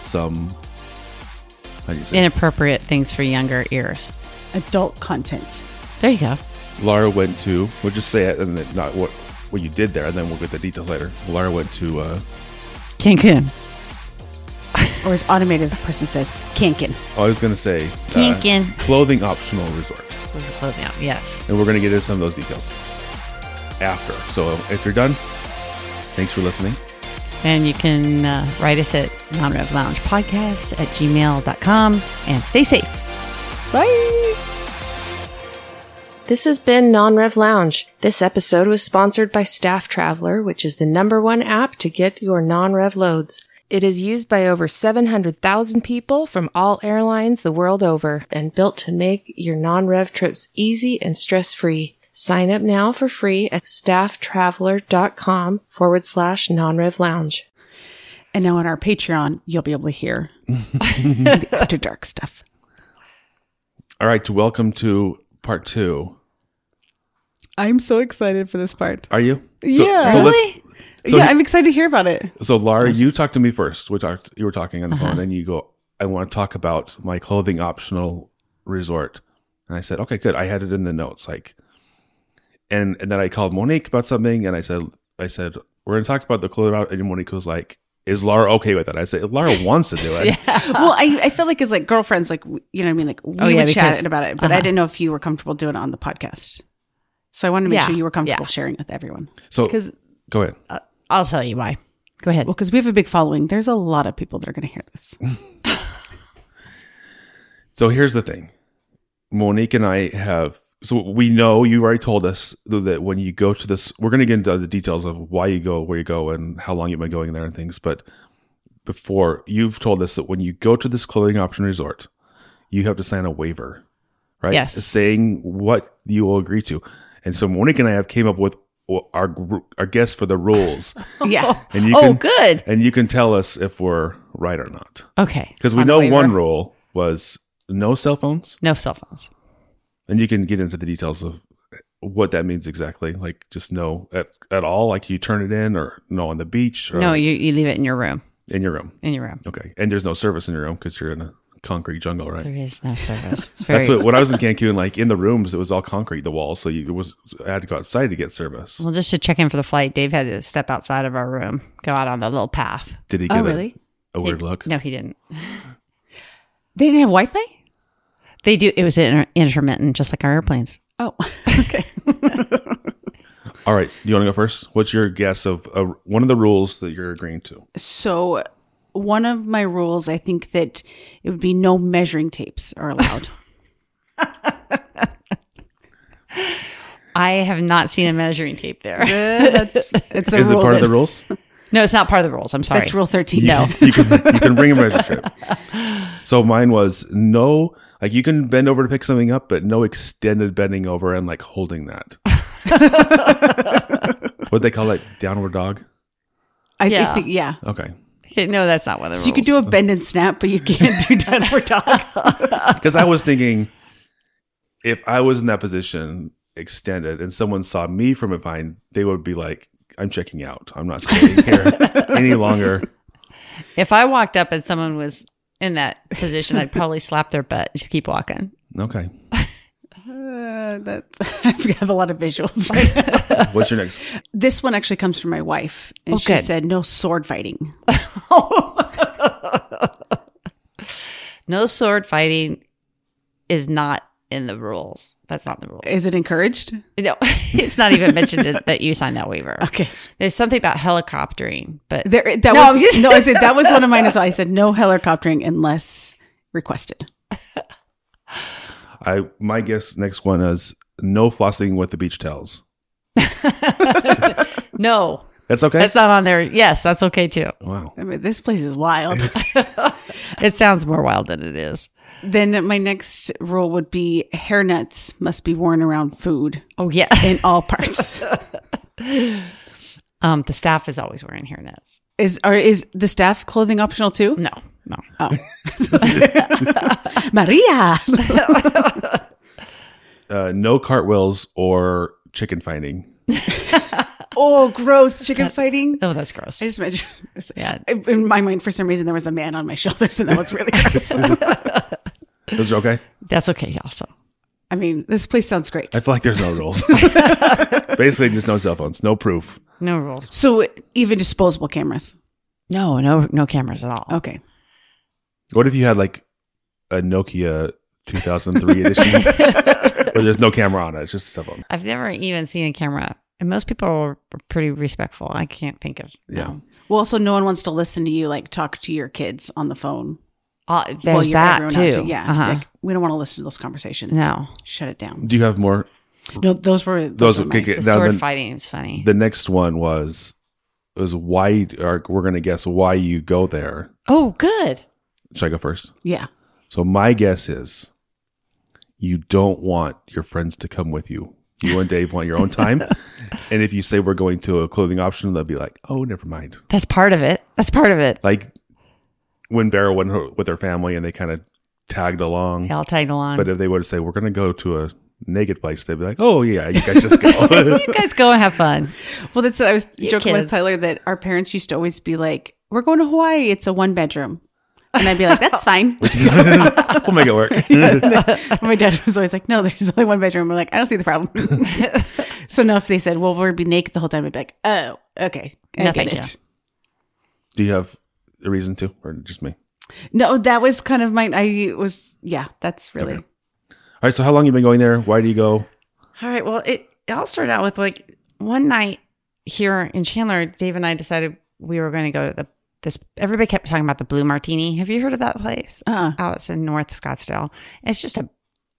B: some. How do you say?
D: Inappropriate things for younger ears.
A: Adult content.
D: There you go.
B: Lara went to. We'll just say it and then not what what you did there, and then we'll get the details later. Lara went to. Uh,
D: Cancun.
A: Or as automated person says, Kankin.
B: I was going to say. uh,
D: Cancun.
B: clothing optional resort.
D: Close the clothing out. Yes.
B: and we're going to get into some of those details after. So if you're done, thanks for listening.
D: And you can uh, write us at non-rev lounge podcast at gmail.com and stay safe.
A: Bye.
C: This has been Non-Rev Lounge. This episode was sponsored by Staff Traveler, which is the number one app to get your non-rev loads. It is used by over 700,000 people from all airlines the world over and built to make your non-rev trips easy and stress-free. Sign up now for free at stafftraveler.com forward slash non-rev lounge.
A: And now on our Patreon, you'll be able to hear the after dark stuff.
B: All right, to welcome to part two.
A: I'm so excited for this part.
B: Are you?
A: Yeah.
B: So
A: Really?
B: let's. So,
A: yeah,
B: he-
A: I'm excited to hear about it.
B: so Laura, you talked to me first. We talked. You were talking on the
A: Uh-huh.
B: phone, and you go. I want to talk about my clothing optional resort, and I said, okay, good. I had it in the notes, like, and and then I called Monique about something, and I said, I said we're going to talk about the clothing, op-" and Monique was like, is Laura okay with that? I said, Laura wants
A: (laughs)
B: to do it.
A: well, I, I feel like as like girlfriends, like w- you know what I mean, like we
D: Oh, yeah,
A: would
D: because-
A: chat about it, but I didn't know if you were comfortable doing it on the podcast. So I wanted to make
D: Yeah,
A: sure you were comfortable
D: yeah.
A: sharing with everyone.
B: So
D: Because
B: go ahead.
D: I'll tell you why. Go ahead.
A: Well, because we have a big following, there's a lot of people that are going to hear this.
B: So here's the thing. Monique and I have so we know you already told us that when you go to this we're going to get into the details of why you go where you go and how long you've been going there and things but before you've told us that when you go to this clothing option resort you have to sign a waiver right
D: Yes.
B: saying what you will agree to and so Monique and I have came up with our gr- our guess for the
D: (laughs)
B: rules
A: Yeah,
B: and you
D: oh,
B: can
D: good.
B: and you can tell us if we're right or not
D: Okay.
B: because we
D: On the
B: know
D: waiver.
B: one rule was no cell phones
D: No cell phones.
B: and you can get into the details of what that means exactly like just no at, at all like you turn it in or no on the beach or
D: No, you, you leave it in your room.
B: in your room
D: In your room.
B: okay and there's no service in your room because you're in a concrete jungle right
D: There
B: (laughs)
D: is no service. It's very
B: that's what when i was in cancun like in the rooms it was all concrete the walls so you it was i had to go outside to get service
D: Well, just to check in for the flight, Dave had to step outside of our room, go out on the little path.
B: did he
A: Oh,
B: get a-
A: really?
B: a, weird look
D: No, he didn't.
A: they didn't have Wi-Fi.
D: They do. It was inter- intermittent, just like our airplanes.
A: (laughs) Oh, okay.
B: all right you want to go first what's your guess of uh one of the rules that you're agreeing to
A: So one of my rules, I think that it would be no measuring tapes are allowed.
D: I have not seen a measuring tape there.
A: that's it's a
B: Is it
A: rule
B: part of
A: that-
B: the rules?
D: No, it's not part of the rules. I'm sorry.
A: That's rule thirteen.
B: You, you can you can bring a measure strip. So mine was no, like you can bend over to pick something up, but no extended bending over and like holding that. what they call it, downward dog.
A: I
D: Yeah.
A: think yeah.
B: Okay,
D: Okay, no, that's not one of the
A: So
D: rules.
A: you could do a bend and snap, but you can't (laughs) do downward dog.
B: because I was thinking if I was in that position extended and someone saw me from behind, they would be like, "I'm checking out. I'm not staying here any longer."
D: if I walked up and someone was in that position,
A: (laughs)
D: I'd probably slap their butt. and Just keep walking.
B: Okay,
A: Uh, that (laughs) I have a lot of visuals. Right now.
B: what's your next?
A: This one actually comes from my wife, and
D: Oh,
A: she
D: good.
A: said no sword fighting.
D: No sword fighting is not in the rules. That's not the rules.
A: Is it encouraged?
D: No, (laughs) it's not even
A: (laughs)
D: mentioned in- that you signed that waiver.
A: Okay,
D: There's something about helicoptering, but
A: there. That
D: No, I'm
A: was
D: just-
A: no. I said that was one of mine as (laughs) well. I said no helicoptering unless requested.
B: I my guess next one is no flossing with the beach towels.
D: no,
B: That's okay.
D: that's not on there. Yes, that's okay too.
B: wow.
A: I mean, this place is wild.
D: It sounds more wild than it is.
A: (laughs) then my next rule would be hair nuts must be worn around food
D: Oh yeah.
A: in all (laughs) parts.
D: Um, the staff is always wearing hair nets.
A: is or is the staff clothing optional too?
D: No, no.
A: Oh. Mm. Maria.
B: Uh, no cartwheels or chicken fighting.
A: oh, gross! Chicken fighting.
D: Oh, that's gross.
A: I just imagine.
D: Yeah.
A: In my mind, for some reason, there was a man on my (laughs) shoulders, and that was really
D: (laughs)
A: gross.
B: Is it okay?
D: That's okay also.
A: I mean, this place sounds great.
B: (laughs) I feel like there's no rules. (laughs) Basically, just no cell phones, no proof.
D: No rules.
A: So even disposable cameras.
D: No, no, no cameras at all.
A: Okay.
B: What if you had like a Nokia 2003 (laughs) edition where there's no camera on it? It's just a cell phone.
D: I've never even seen a camera. And most people are pretty respectful. I can't think of.
B: Yeah.
D: no.
A: Well, also no one wants to listen to you like talk to your kids on the phone.
D: Uh,
A: Well,
D: there's
A: you-
D: that
A: everyone out
D: too.
A: Yeah.
D: Uh-huh.
A: Like, we don't want to listen to those conversations.
D: No.
A: Shut it down.
B: Do you have more?
A: No, those were
B: Mm-hmm. Those
A: were
B: would
A: mine.
B: kick it.
D: the
B: Now,
D: sword
B: the,
D: fighting is funny.
B: the next one was was why, or we're going to guess why you go there.
D: oh, good.
B: Should I go first?
A: Yeah.
B: So my guess is you don't want your friends to come with you. You and Dave want your own time. and if you say we're going to a clothing option, they'll be like, "Oh, never mind."
D: That's part of it. That's part of it.
B: Like when Vera went her- with her family and they kind of tagged along.
D: They all tagged along.
B: But if they were to say we're going to go to a naked place, they'd be like, "Oh yeah, you guys just
D: (laughs)
B: go." (laughs)
D: you guys go and have fun.
A: Well, that's what I was joking with
D: kids.
A: Tyler that our parents used to always be like, "We're going to Hawaii. It's a one bedroom," and I'd be like,
D: (laughs)
A: "That's fine."
B: we'll make it work.
A: (laughs) My dad was always like, "No, there's only one bedroom." We're like, "I don't see the
D: (laughs)
A: problem." (laughs) so now if they said, "Well, we'll be naked the whole time," I'd be like, "Oh, okay." I
D: No,
A: get
D: thank
A: it."
B: Do you have a reason to, or just me?
A: No, that was kind of mine. I was, yeah, that's really.
B: Okay. All right. So how long you been going there? Why do you go?
D: All right. Well, it it all started out with like one night here in Chandler, Dave and I decided we were going to go to the this. Everybody kept talking about the Blue Martini. Have you heard of that place?
A: Uh-uh.
D: out it's in North Scottsdale. It's just a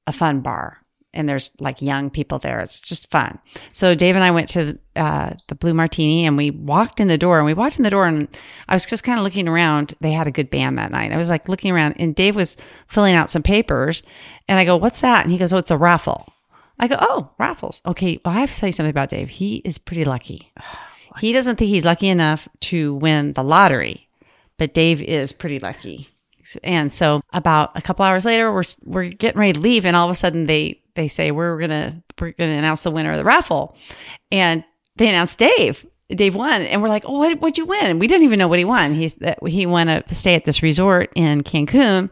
D: a fun bar, and there's like young people there. It's just fun. So Dave and I went to uh, the Blue Martini, and we walked in the door, and we walked in the door, and I was just kind of looking around. They had a good band that night. I was like looking around, and Dave was filling out some papers, and I go, "What's that?" And he goes, "Oh, it's a raffle." I go, "Oh, raffles." Okay, well, I have to tell you something about Dave. He is pretty lucky. He doesn't think he's lucky enough to win the lottery, but Dave is pretty lucky. And so, about a couple hours later, we're we're getting ready to leave, and all of a sudden they they say we're gonna we're gonna announce the winner of the raffle, and they announced Dave. Dave won, and we're like, "Oh, what would you win?" We didn't even know what he won. He's that he won a stay at this resort in Cancun.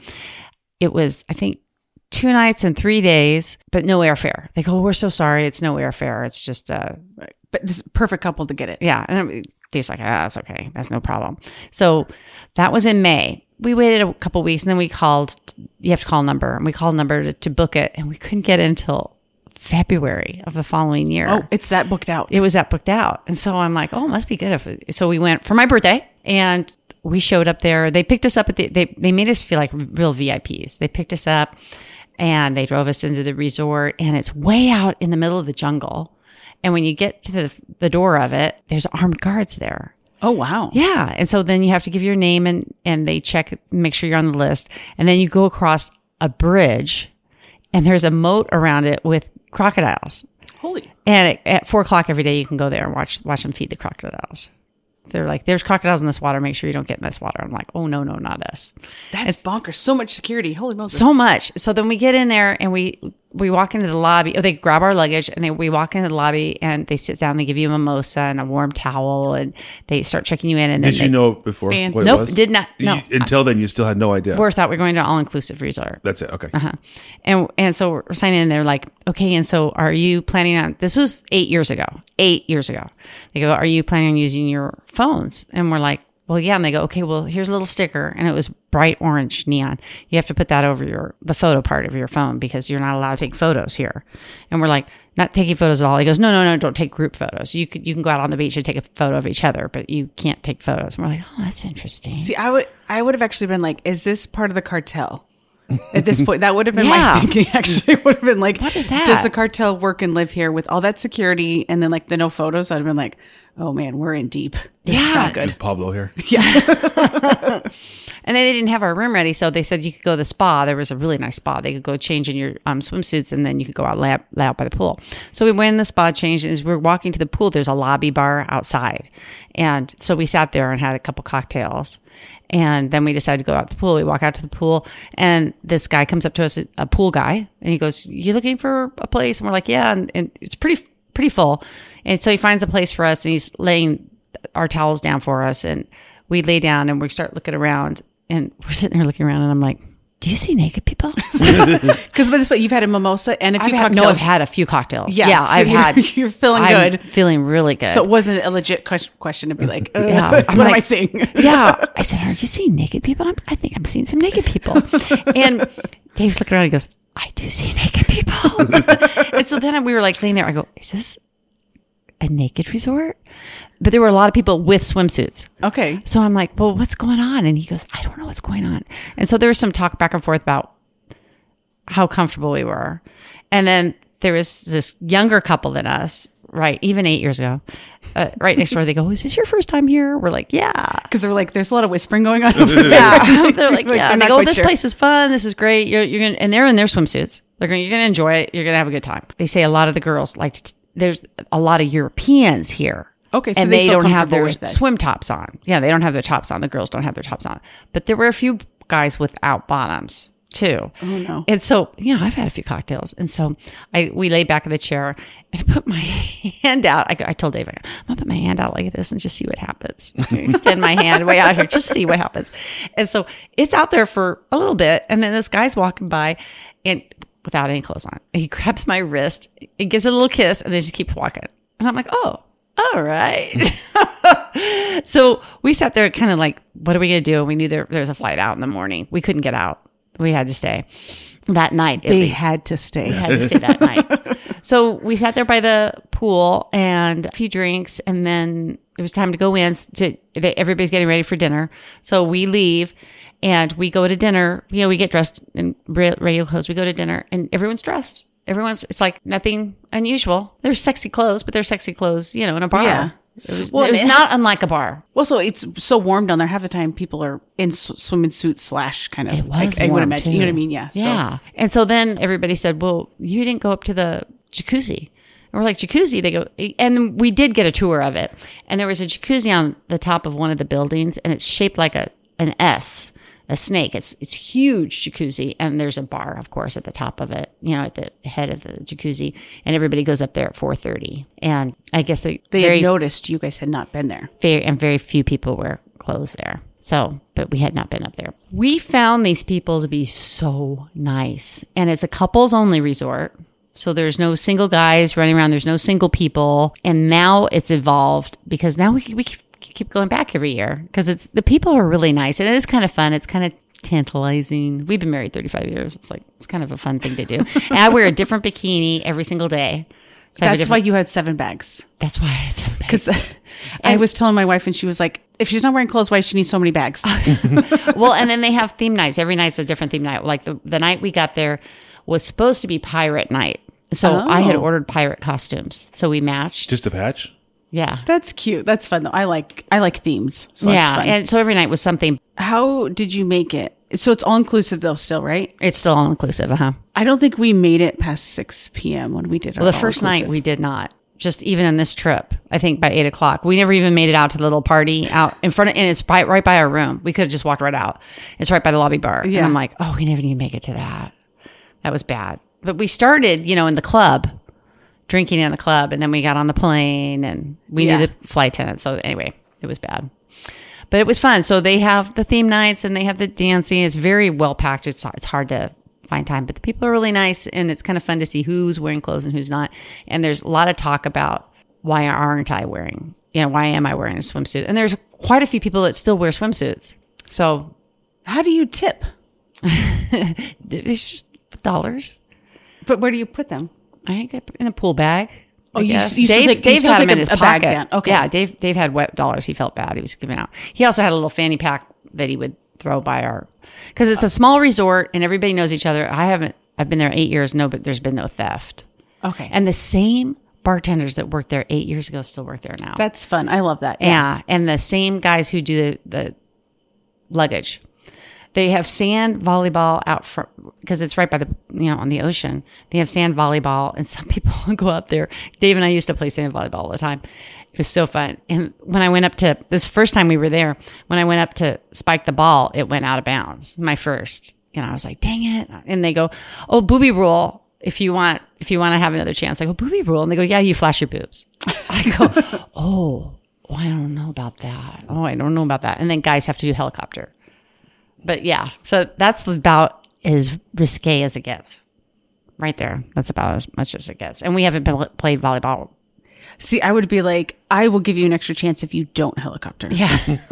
D: It was I think two nights and three days, but no airfare. They go, "Oh, "We're so sorry, it's no airfare. It's just uh, a
A: But this perfect couple to get it.
D: yeah. And I'm- Dave's like, ah, that's okay. That's no problem. So that was in May. We waited a couple weeks and then we called, you have to call a number. And we called a number to, to book it. And we couldn't get it until February of the following year.
A: Oh, it's that booked out.
D: It was that booked out. And so I'm like, oh, it must be good if it. so we went for my birthday and we showed up there. They picked us up at the they they made us feel like real VIPs. They picked us up and they drove us into the resort and it's way out in the middle of the jungle. And when you get to the, the door of it, there's armed guards there.
A: Oh wow.
D: Yeah. And so then you have to give your name and, and they check, make sure you're on the list. And then you go across a bridge and there's a moat around it with crocodiles.
A: Holy.
D: And at, at four o'clock every day, you can go there and watch, watch them feed the crocodiles. They're like, there's crocodiles in this water. Make sure you don't get in this water. I'm like, oh, no, no, not us.
A: That's bonkers. So much security. Holy Moses.
D: So much. So then we get in there and we we walk into the lobby. Oh, they grab our luggage and they we walk into the lobby and they sit down. They give you a mimosa and a warm towel and they start checking you in. And then
B: Did
D: they,
B: you know before
A: Fancy.
B: what it
D: Nope,
B: was?
D: did not-
B: You-
D: no.
B: until then, you still had no idea.
D: we thought we were going to an all inclusive resort.
B: That's it. Okay.
D: Uh-huh. And and so we're signing in. They're like, okay. And so are you planning on? This was eight years ago. Eight years ago. They go, are you planning on using your phones? And we're like, well, yeah. And they go, okay. Well, here's a little sticker, and it was bright orange neon. You have to put that over your the photo part of your phone because you're not allowed to take photos here. And we're like, not taking photos at all. He goes, no, no, no. Don't take group photos. You could you can go out on the beach and take a photo of each other, but you can't take photos. And we're like, oh, that's interesting.
A: See, I would I would have actually been like, is this part of the cartel? At this point, that would have been
D: Yeah.
A: my thinking. (laughs) Actually, would have been like,
D: What is that?
A: Does the cartel work and live here with all that security and then like the no photos? I'd have been like, oh man, we're in deep. This is
D: Yeah.
A: not good.
B: Is Pablo (laughs) here?
D: And then they didn't have our room ready, so they said you could go to the spa. There was a really nice spa. They could go change in your um, swimsuits, and then you could go out lay, out lay out by the pool. So we went in the spa, changed, and as we were walking to the pool, there's a lobby bar outside, and so we sat there and had a couple cocktails, and then we decided to go out to the pool. We walk out to the pool, and this guy comes up to us, a pool guy, and he goes, "You looking for a place?" And we're like, "Yeah," and, and it's pretty pretty full, and so he finds a place for us, and he's laying our towels down for us and we lay down and we start looking around and we're sitting there looking around and I'm like, do you see
A: (laughs)
D: naked people?
A: Because by this point, you've had a mimosa and a
D: I've
A: few
D: had,
A: cocktails.
D: no, I've had a few cocktails.
A: Yeah,
D: Yeah,
A: so
D: I've
A: you're- (laughs)
D: had.
A: you're feeling
D: I'm
A: good.
D: Feeling really good.
A: so it wasn't a legit ques- question to be like, uh,
D: Yeah,
A: what
D: I'm
A: am I
D: like- (laughs)
A: seeing?
D: (laughs) yeah. I said, are you seeing naked people? I'm, I think I'm seeing some
A: (laughs)
D: naked people. and Dave's looking around and he goes, I do see naked people. (laughs) and so then we were like laying there. I go, is this a naked resort? But there were a lot of people with swimsuits.
A: Okay.
D: So I'm like, well, what's going on? And he goes, I don't know what's going on. And so there was some talk back and forth about how comfortable we were. And then there was this younger couple than us, right? Even eight years ago, uh, right next door, they go, is this your first time here? We're like, yeah. (laughs)
A: Because they're like, there's a lot of whispering going on. Over there. (laughs)
D: Yeah. they're like,
A: Like,
D: yeah.
A: they're
D: And they
A: not
D: go,
A: quite
D: this
A: sure.
D: place is fun. This is great. You're, you're going to, and they're in their swimsuits. They're going, to you're going to enjoy it. You're going to have a good time. They say a lot of the girls like, to t- there's a lot of Europeans here.
A: Okay, so
D: and
A: they
D: they,
A: feel
D: don't have
A: comfortable
D: their
A: with it.
D: swim tops on. Yeah, they don't have their tops on. The girls don't have their tops on. But there were a few guys without bottoms too. Oh
A: no.
D: And so, yeah, I've had a few cocktails. And so I we lay back in the chair and I put my (laughs) hand out. I, go- I told Dave, I go, I'm gonna put my hand out like this and just see what happens. (laughs) Extend my hand way out here, just see what happens. And so it's out there for a little bit. And then this guy's walking by and without any clothes on. And he grabs my wrist and gives it a little kiss and then just keeps walking. And I'm like, oh, all right. (laughs) so we sat there kind of like, what are we going to do? And we knew there, there was a flight out in the morning. We couldn't get out. We had to stay that night. At
A: They
D: least.
A: had to stay.
D: We had to stay
A: (laughs)
D: that night. So we sat there by the pool and a few drinks, and then it was time to go in. s- To they, everybody's getting ready for dinner, so we leave and we go to dinner. You know, we get dressed in re- regular clothes. We go to dinner, and everyone's dressed. Everyone's it's like nothing unusual. They're sexy clothes, but they're sexy clothes, you know, in a bar.
A: Yeah.
D: It was,
A: Well,
D: it was
A: and-
D: not unlike a bar.
A: Well, so it's so warm down there. Half the time, people are in s- swimming suits slash kind of.
D: It was.
A: I, I
D: warm
A: would imagine. You know
D: too.
A: what I mean? Yeah. so-
D: Yeah. And so then everybody said, "Well, you didn't go up to the jacuzzi." And we're like, "Jacuzzi?" They go, and we did get a tour of it. And there was a jacuzzi on the top of one of the buildings, and it's shaped like a an S, a snake. It's it's huge jacuzzi, and there's a bar, of course, at the top of it. You know, at the head of the jacuzzi, and everybody goes up there at four thirty. And I guess they
A: they
D: very
A: had noticed you guys had not been there.
D: very and very few people wear clothes there. So, but we had not been up there. We found these people to be so nice, and it's a couples only resort. So there's no single guys running around. There's no single people, and now it's evolved because now we we keep going back every year because it's the people are really nice and it is kind of fun. It's kind of tantalizing. We've been married 35 years. It's like it's kind of a fun thing to do. and I wear a different bikini every single day. So I have a
A: That's why
D: different-
A: you had seven bags. (laughs)
D: That's why it's
A: Because I was telling my wife, and she was like, "If she's not wearing clothes, why does she need so many
D: (laughs)
A: bags?" (laughs)
D: well, and then they have theme nights. Every night's a different theme night. Like the, the night we got there was supposed to be pirate night. So I had
A: Oh.
D: ordered pirate costumes. So we matched.
B: Just a patch.
D: yeah.
A: That's cute. That's fun though. I like I like themes. So that's
D: yeah.
A: fun.
D: And so every night was something.
A: How did you make it? So it's all inclusive though, still, right?
D: It's still all inclusive, uh-huh. huh?
A: I don't think we made it past six p.m. when we did our
D: Well, the first night
A: all-inclusive.
D: we did not. Just even on this trip, I think by eight o'clock, we never even made it out to the little party out in front of, and it's by, right by our room. We could have just walked right out. It's right by the lobby bar.
A: Yeah.
D: And I'm like, oh, we never even make it to that. That was bad. But we started, you know, in the club, drinking in the club, and then we got on the plane and we
A: Yeah.
D: knew the flight attendant. So anyway, it was bad. But it was fun. So they have the theme nights and they have the dancing. It's very well packed. It's it's hard to find time, but the people are really nice and it's kind of fun to see who's wearing clothes and who's not. And there's a lot of talk about why aren't I wearing, you know, why am I wearing a swimsuit? And there's quite a few people that still wear swimsuits. So
A: How do you tip?
D: it's just dollars.
A: But where do you put them?
D: I think I put in a pool bag.
A: Oh,
D: I
A: you-
D: guess.
A: you still
D: Dave,
A: think- you
D: Dave
A: still
D: had
A: think
D: him in
A: a-
D: his
A: a bag
D: pocket.
A: then. Okay.
D: Yeah, Dave Dave had wet dollars. He felt bad. He was giving out. He also had a little fanny pack that he would throw by our because
A: Uh.
D: it's a small resort and everybody knows each other. I haven't. I've been there eight years. No, but there's been no theft.
A: Okay, and
D: And the same bartenders that worked there eight years ago still work there now.
A: that's fun. I love that.
D: Yeah, and the same guys who do the, the luggage. They have sand volleyball out front because it's right by the you know on the ocean. They have sand volleyball, and some (laughs) people go out there. Dave and I used to play sand volleyball all the time. It was so fun. And when I went up to this first time we were there, when I went up to spike the ball, it went out of bounds. My first, you know, I was like, "Dang it!" And they go, "Oh, booby rule." If you want, if you want to have another chance, I go booby rule, and they go, "Yeah, you flash your boobs." I go, "Oh, oh, I don't know about that. Oh, I don't know about that. And then guys have to do helicopter. But yeah, so that's about as risque as it gets. Right there. That's about as much as it gets. And we haven't been, played volleyball.
A: See, I would be like, I will give you an extra chance if you don't helicopter.
D: Yeah. (laughs)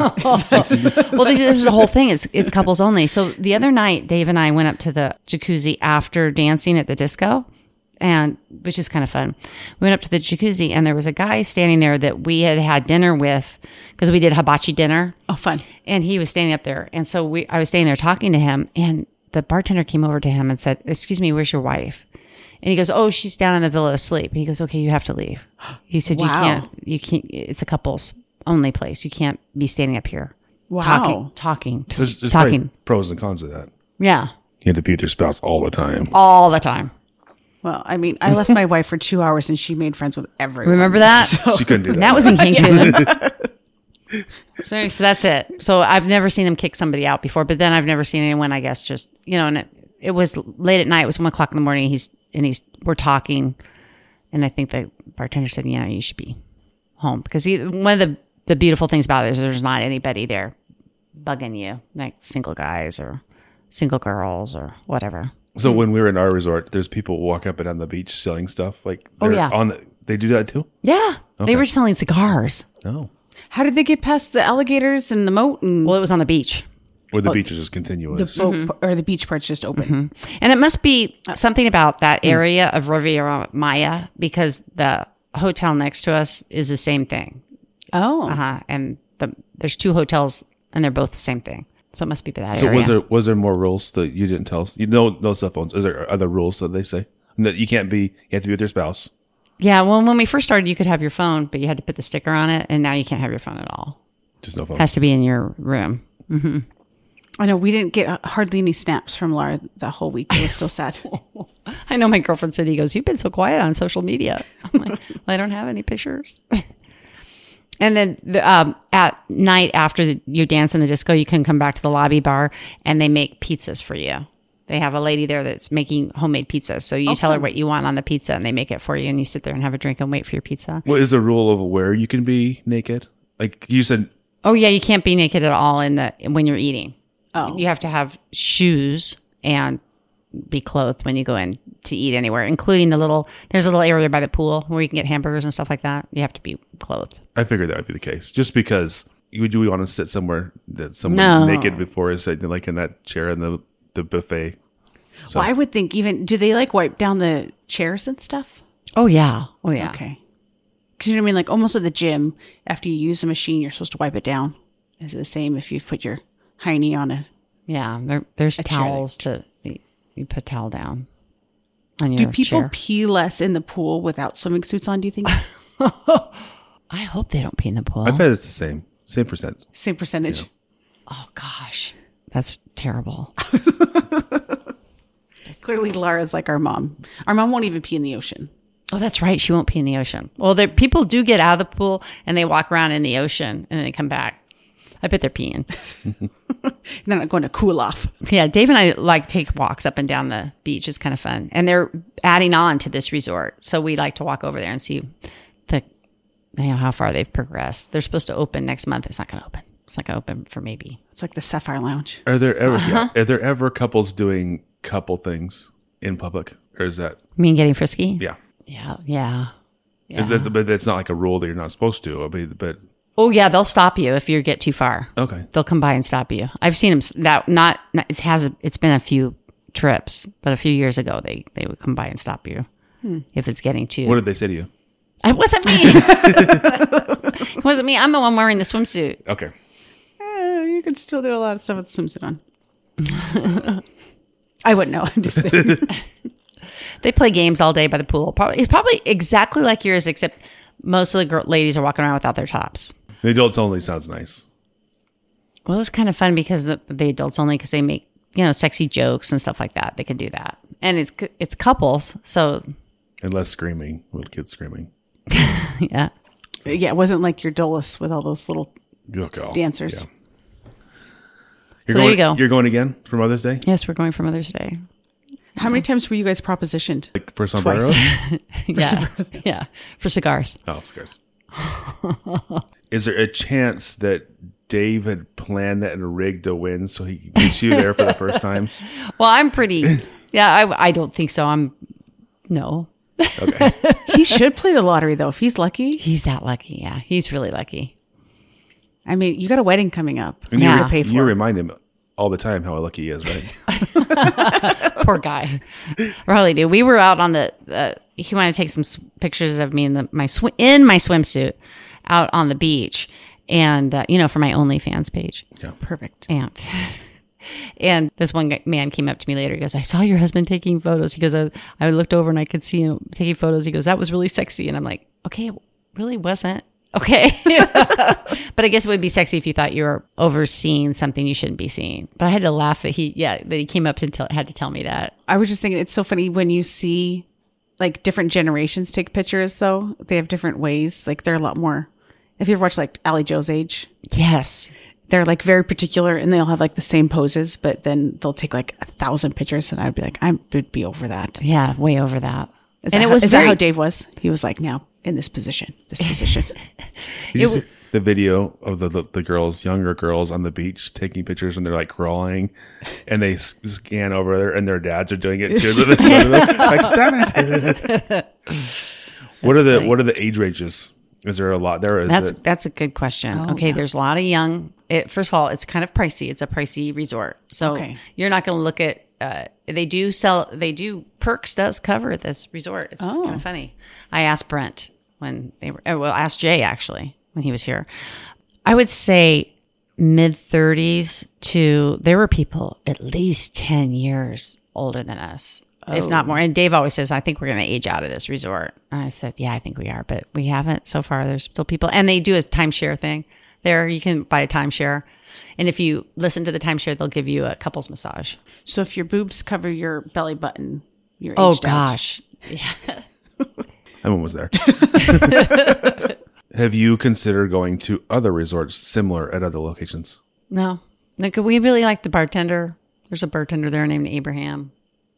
D: well, this this is the whole thing. It's, it's couples only. So the other night, Dave and I went up to the jacuzzi after dancing at the disco, and which is kind of fun. We went up to the jacuzzi, and there was a guy standing there that we had had dinner with because we did hibachi dinner.
A: Oh, fun.
D: and he was standing up there and so we i was standing there talking to him and the bartender came over to him and said excuse me where's your wife and he goes oh she's down in the villa asleep he goes okay you have to leave he said you
A: Wow.
D: can't you can't it's a couples only place you can't be standing up here
A: Wow.
D: talking talking t-
B: There's, there's probably
D: talking
B: pros and cons of that.
D: yeah
B: You have to be with your spouse all the time.
D: all the time
A: Well, I mean, I left my wife for two hours and she made friends with everyone. (laughs)
D: remember that
B: She
D: (laughs)
B: couldn't do that.
D: And Oh. that
B: (laughs)
D: was in Cancun. (laughs) so, so that's it. So I've never seen them kick somebody out before, but then I've never seen anyone, I guess, just, you know, and it, it was late at night. It was one o'clock in the morning. He's, and he's, we're talking. And I think the bartender said, you know, you should be home because he, one of the, the beautiful things about it is there's not anybody there bugging you, like single guys or single girls or whatever.
B: So when we were in our resort, there's people walking up and down the beach selling stuff. Like
D: Oh,
B: they're
D: yeah.
B: on the, they do that too.
D: Yeah. They were selling cigars.
B: No,
A: How did they get past the alligators and the moat and
D: Well, mm-hmm. it was on the beach.
B: or
D: Oh,
B: the beach is just continuous.
A: the boat p- or the beach part's just open?
D: Mm-hmm. And it must be something about
B: Hmm.
D: that area of Riviera Maya because the hotel next to us is the same thing.
A: Oh,
D: Uh-huh. And the, there's two hotels and they're both the same thing. So it must be that
B: so
D: area.
B: was there was there more rules that you didn't tell us? You know, no cell phones. Is there other rules that they say that you can't be? You have to be with your spouse.
D: yeah. Well, when we first started, you could have your phone, but you had to put the sticker on it. And now you can't have your phone at all.
B: Just no phone.
D: has to be in your room.
A: I know we didn't get uh, hardly any snaps from Laura that whole week. It
D: (laughs)
A: was so sad.
D: I know my girlfriend said, he goes, You've been so quiet on social media. I'm like, well, I don't have any pictures. and then the, um, at night after the, you dance in the disco, you can come back to the lobby bar and they make pizzas for you. They have a lady there that's making homemade pizza. So you tell her what you want on the pizza and they make it for you. And you sit there and have a drink and wait for your pizza.
B: What is the rule of where you can be naked? Like you said,
D: Oh, yeah. You can't be naked at all in the when you're eating.
A: Oh,
D: You have to have shoes and be clothed when you go in to eat anywhere, including the little there's a little area by the pool where you can get hamburgers and stuff like that. You have to be clothed.
B: I figured that would be the case, just because you would you want to sit somewhere that someone
D: No.
B: naked before is sitting like in that chair in the the buffet.
A: well, I would think even do they like wipe down the chairs and stuff?
D: Oh yeah. Oh yeah.
A: Okay, because you know what I mean. Like almost at the gym, after you use a machine, you're supposed to wipe it down. Is it the same if you've put your hiney on a?
D: Yeah. There, there's
A: chair
D: towels to you put towel down. on
A: Do
D: your
A: people
D: chair.
A: pee less in the pool without swimming suits on? Do you (laughs) think
D: I hope they don't pee in the pool.
B: I bet it's the same, same percent.
A: same percentage?
D: oh gosh, that's terrible.
A: Clearly, Lara's like our mom. Our mom won't even pee in the ocean.
D: Oh, that's right. She won't pee in the ocean. Well, there people do get out of the pool and they walk around in the ocean and then they come back. I bet they're peeing. (laughs)
A: They're not going to cool off.
D: Yeah, Dave and I like take walks up and down the beach. It's kind of fun. And they're adding on to this resort. So we like to walk over there and see the you know how far they've progressed. They're supposed to open next month. It's not gonna open. It's not gonna open for maybe.
A: It's like the Sapphire Lounge.
B: Are there ever yeah,
D: Uh-huh.
B: are there ever couples doing couple things in public, or is that
D: You mean getting frisky?
B: yeah?
D: Yeah. Yeah.
B: Is that but that's not like a rule that you're not supposed to? I mean, but
D: Oh yeah, they'll stop you if you get too far.
B: okay,
D: They'll come by and stop you. I've seen them that not, not it has a, it's been a few trips, but a few years ago they they would come by and stop you if it's getting too.
B: what did they say to you?
D: It wasn't me. it wasn't me. I'm the one wearing the swimsuit.
B: Okay,
A: Eh, you could still do a lot of stuff with a swimsuit on. (laughs) I wouldn't know. I'm just saying. (laughs)
D: They play games all day by the pool. Probably it's probably exactly like yours, except most of the girl, ladies are walking around without their tops.
B: the adults only sounds nice.
D: Well, it's kind of fun because the, the adults only because they make you know sexy jokes and stuff like that. They can do that, and it's c- it's couples, so (laughs)
B: And less screaming, little kids screaming.
D: yeah.
A: yeah, it wasn't like your Dulles with all those little
B: You'll go.
A: dancers.
B: Yeah. You're
D: So there
B: going,
D: you go.
B: You're going again for Mother's Day,
D: Yes, we're going for Mother's Day.
A: How many times were you guys propositioned?
B: like for sombreros.
D: yeah, (laughs) yeah, for cigars.
B: Oh, scarce. Is there a chance that Dave had planned that and rigged a win so he could get you there for the first time?
D: Well, I'm pretty. Yeah, I I don't think so. I'm no.
B: Okay.
A: he should play the lottery though if he's lucky.
D: He's that lucky. Yeah, he's really lucky.
A: I mean, you got a wedding coming up.
B: And
D: Yeah.
B: you,
A: to (laughs) pay for.
B: you remind him all the time how lucky he is,
A: (laughs)
B: right?
D: Poor guy. Probably do. We were out on the. Uh, he wanted to take some s- pictures of me in the my sw- in my swimsuit out on the beach, and uh, you know for my OnlyFans page.
A: Perfect.
D: And (laughs) and this one guy, man came up to me later. He goes, "I saw your husband taking photos." He goes, I, "I looked over and I could see him taking photos." He goes, "That was really sexy," and I'm like, "Okay, it really wasn't." Okay, (laughs) but I guess it would be sexy if you thought you were overseeing something you shouldn't be seeing. But I had to laugh that he, yeah, that he came up to tell, had to tell me that.
A: I was just thinking it's so funny when you see like different generations take pictures though. They have different ways. Like they're a lot more if you ever watch like Ali Joe's age,
D: Yes,
A: they're like very particular and they'll have like the same poses, but then they'll take like a thousand pictures and I'd be like, I would be over that.
D: yeah, way over that.
A: Is that
D: and it
A: how-
D: was
A: is
D: very
A: that how Dave was? He was like, now in this position,
D: (laughs)
A: this position.
B: Did you see the video of the, the the girls, younger girls on the beach taking pictures and they're like crawling and they s- scan over there and their dads are doing
A: (laughs)
B: it too. like, stop it. what are the what are the age ranges? Is there a lot there? Is
D: That's
B: it
D: that's a good question. okay, there's a lot of young. It, first of all, it's kind of pricey. It's a pricey resort, so
A: Okay.
D: you're not going to look at. Uh, they do sell. They do perks. Does cover this resort. It's kind of funny. I asked Brent when they were. oh, Well, I asked Jay actually when he was here. I would say mid 30s to there were people at least 10 years older than us if not more and dave always says i think we're going to age out of this resort and i said yeah i think we are but we haven't so far there's still people and they do a timeshare thing there you can buy a timeshare and if you listen to the timeshare they'll give you a couples massage
A: so if your boobs cover your belly button, you're
D: oh
A: aged out.
D: gosh
B: Everyone was there. (laughs) Have you considered going to other resorts similar at other locations?
D: No. Like we really like the bartender. There's a bartender there named Abraham.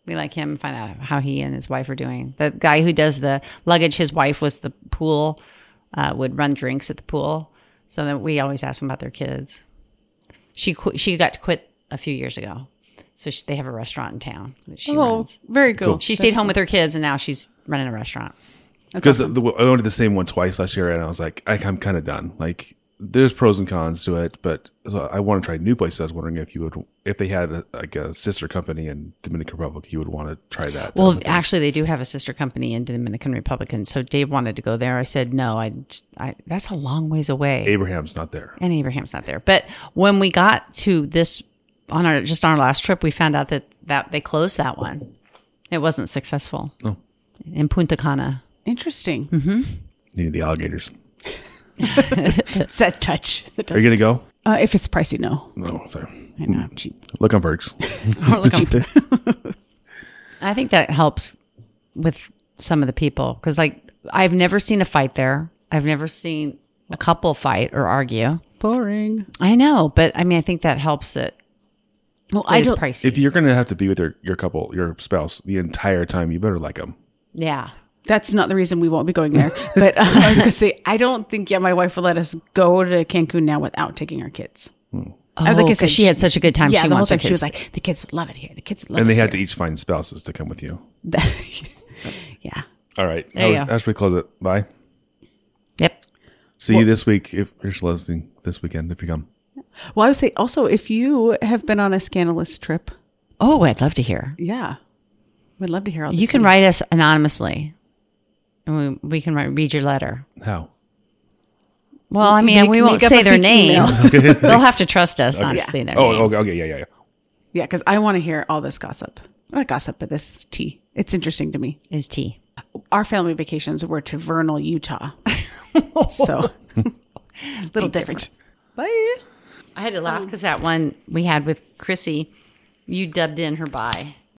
D: We like him and find out how he and his wife are doing. The guy who does the luggage, his wife was the pool, uh, would run drinks at the pool. So then we always ask them about their kids. She qu- she got to quit a few years ago. So she, they have a restaurant in town that she
A: Oh,
D: runs.
A: very cool.
D: She stayed home with her kids and now she's running a restaurant.
B: Because I went to the same one twice last year, and I was like, I, I'm kind of done. Like, there's pros and cons to it, but so I want to try new places. I was wondering if you would, if they had a, like a sister company in Dominican Republic, you would want to try that.
D: Well, actually, they do have a sister company in Dominican Republic, and so Dave wanted to go there. I said no. I, just- I that's a long ways away.
B: Abraham's not there.
D: and Abraham's not there. But when we got to this on our just on our last trip, we found out that that they closed that one. It wasn't successful.
B: Oh.
D: In Punta Cana.
A: Interesting.
D: Mm-hmm.
B: Need the alligators.
A: It's that touch. That
B: Are you Mm. gonna go?
A: uh, if it's pricey, no.
B: No, sorry.
A: I know, I'm cheap.
B: Look on perks. (laughs)
D: I think that helps with some of the people because, like, I've never seen a fight there. I've never seen a couple fight or argue.
A: Boring.
D: I know, but I mean, I think that helps that. Well,
A: I
D: it's
A: don't-
D: pricey.
B: if you're gonna have to be with your, your couple, your spouse the entire time, you better like them.
D: yeah.
A: That's not the reason we won't be going (laughs) there. But uh, I was going to say, I don't think yet my wife will let us go to Cancun now without taking our kids.
D: Oh,
A: like I
D: because
A: said,
D: she had such a good time.
A: yeah,
D: she
A: the whole
D: wants her
A: time
D: kids.
A: she was like, the kids love it here. The kids love it
B: And they had to
A: here.
B: each find spouses to come with you.
A: yeah.
B: All right.
D: There you
B: how,
D: go.
B: how should we close it? Bye.
D: "Yep,
B: See you this week if you're still listening this weekend if you come.
A: Well, I would say also, if you have been on a scandalous trip,
D: oh, I'd love to hear."
A: yeah, we'd love to hear all the
D: You can
A: tea.
D: write us anonymously, and we, we can write, read your letter.
B: How?
D: Well, I mean,
A: Make-
D: we won't
A: make up
D: say
A: a
D: their
A: fake
D: name.
A: email.
D: (laughs) They'll have to trust us, honestly. Their
B: Oh,
D: name.
B: okay, okay, yeah, yeah, yeah.
A: Yeah, because I want to hear all this gossip. Not gossip, but this tea. It's interesting to me.
D: is T.
A: Our family vacations were to Vernal, (laughs) Utah. so, (laughs) little different. Bye. Um,
D: I had to laugh because that one we had with Chrissy, you dubbed in her by.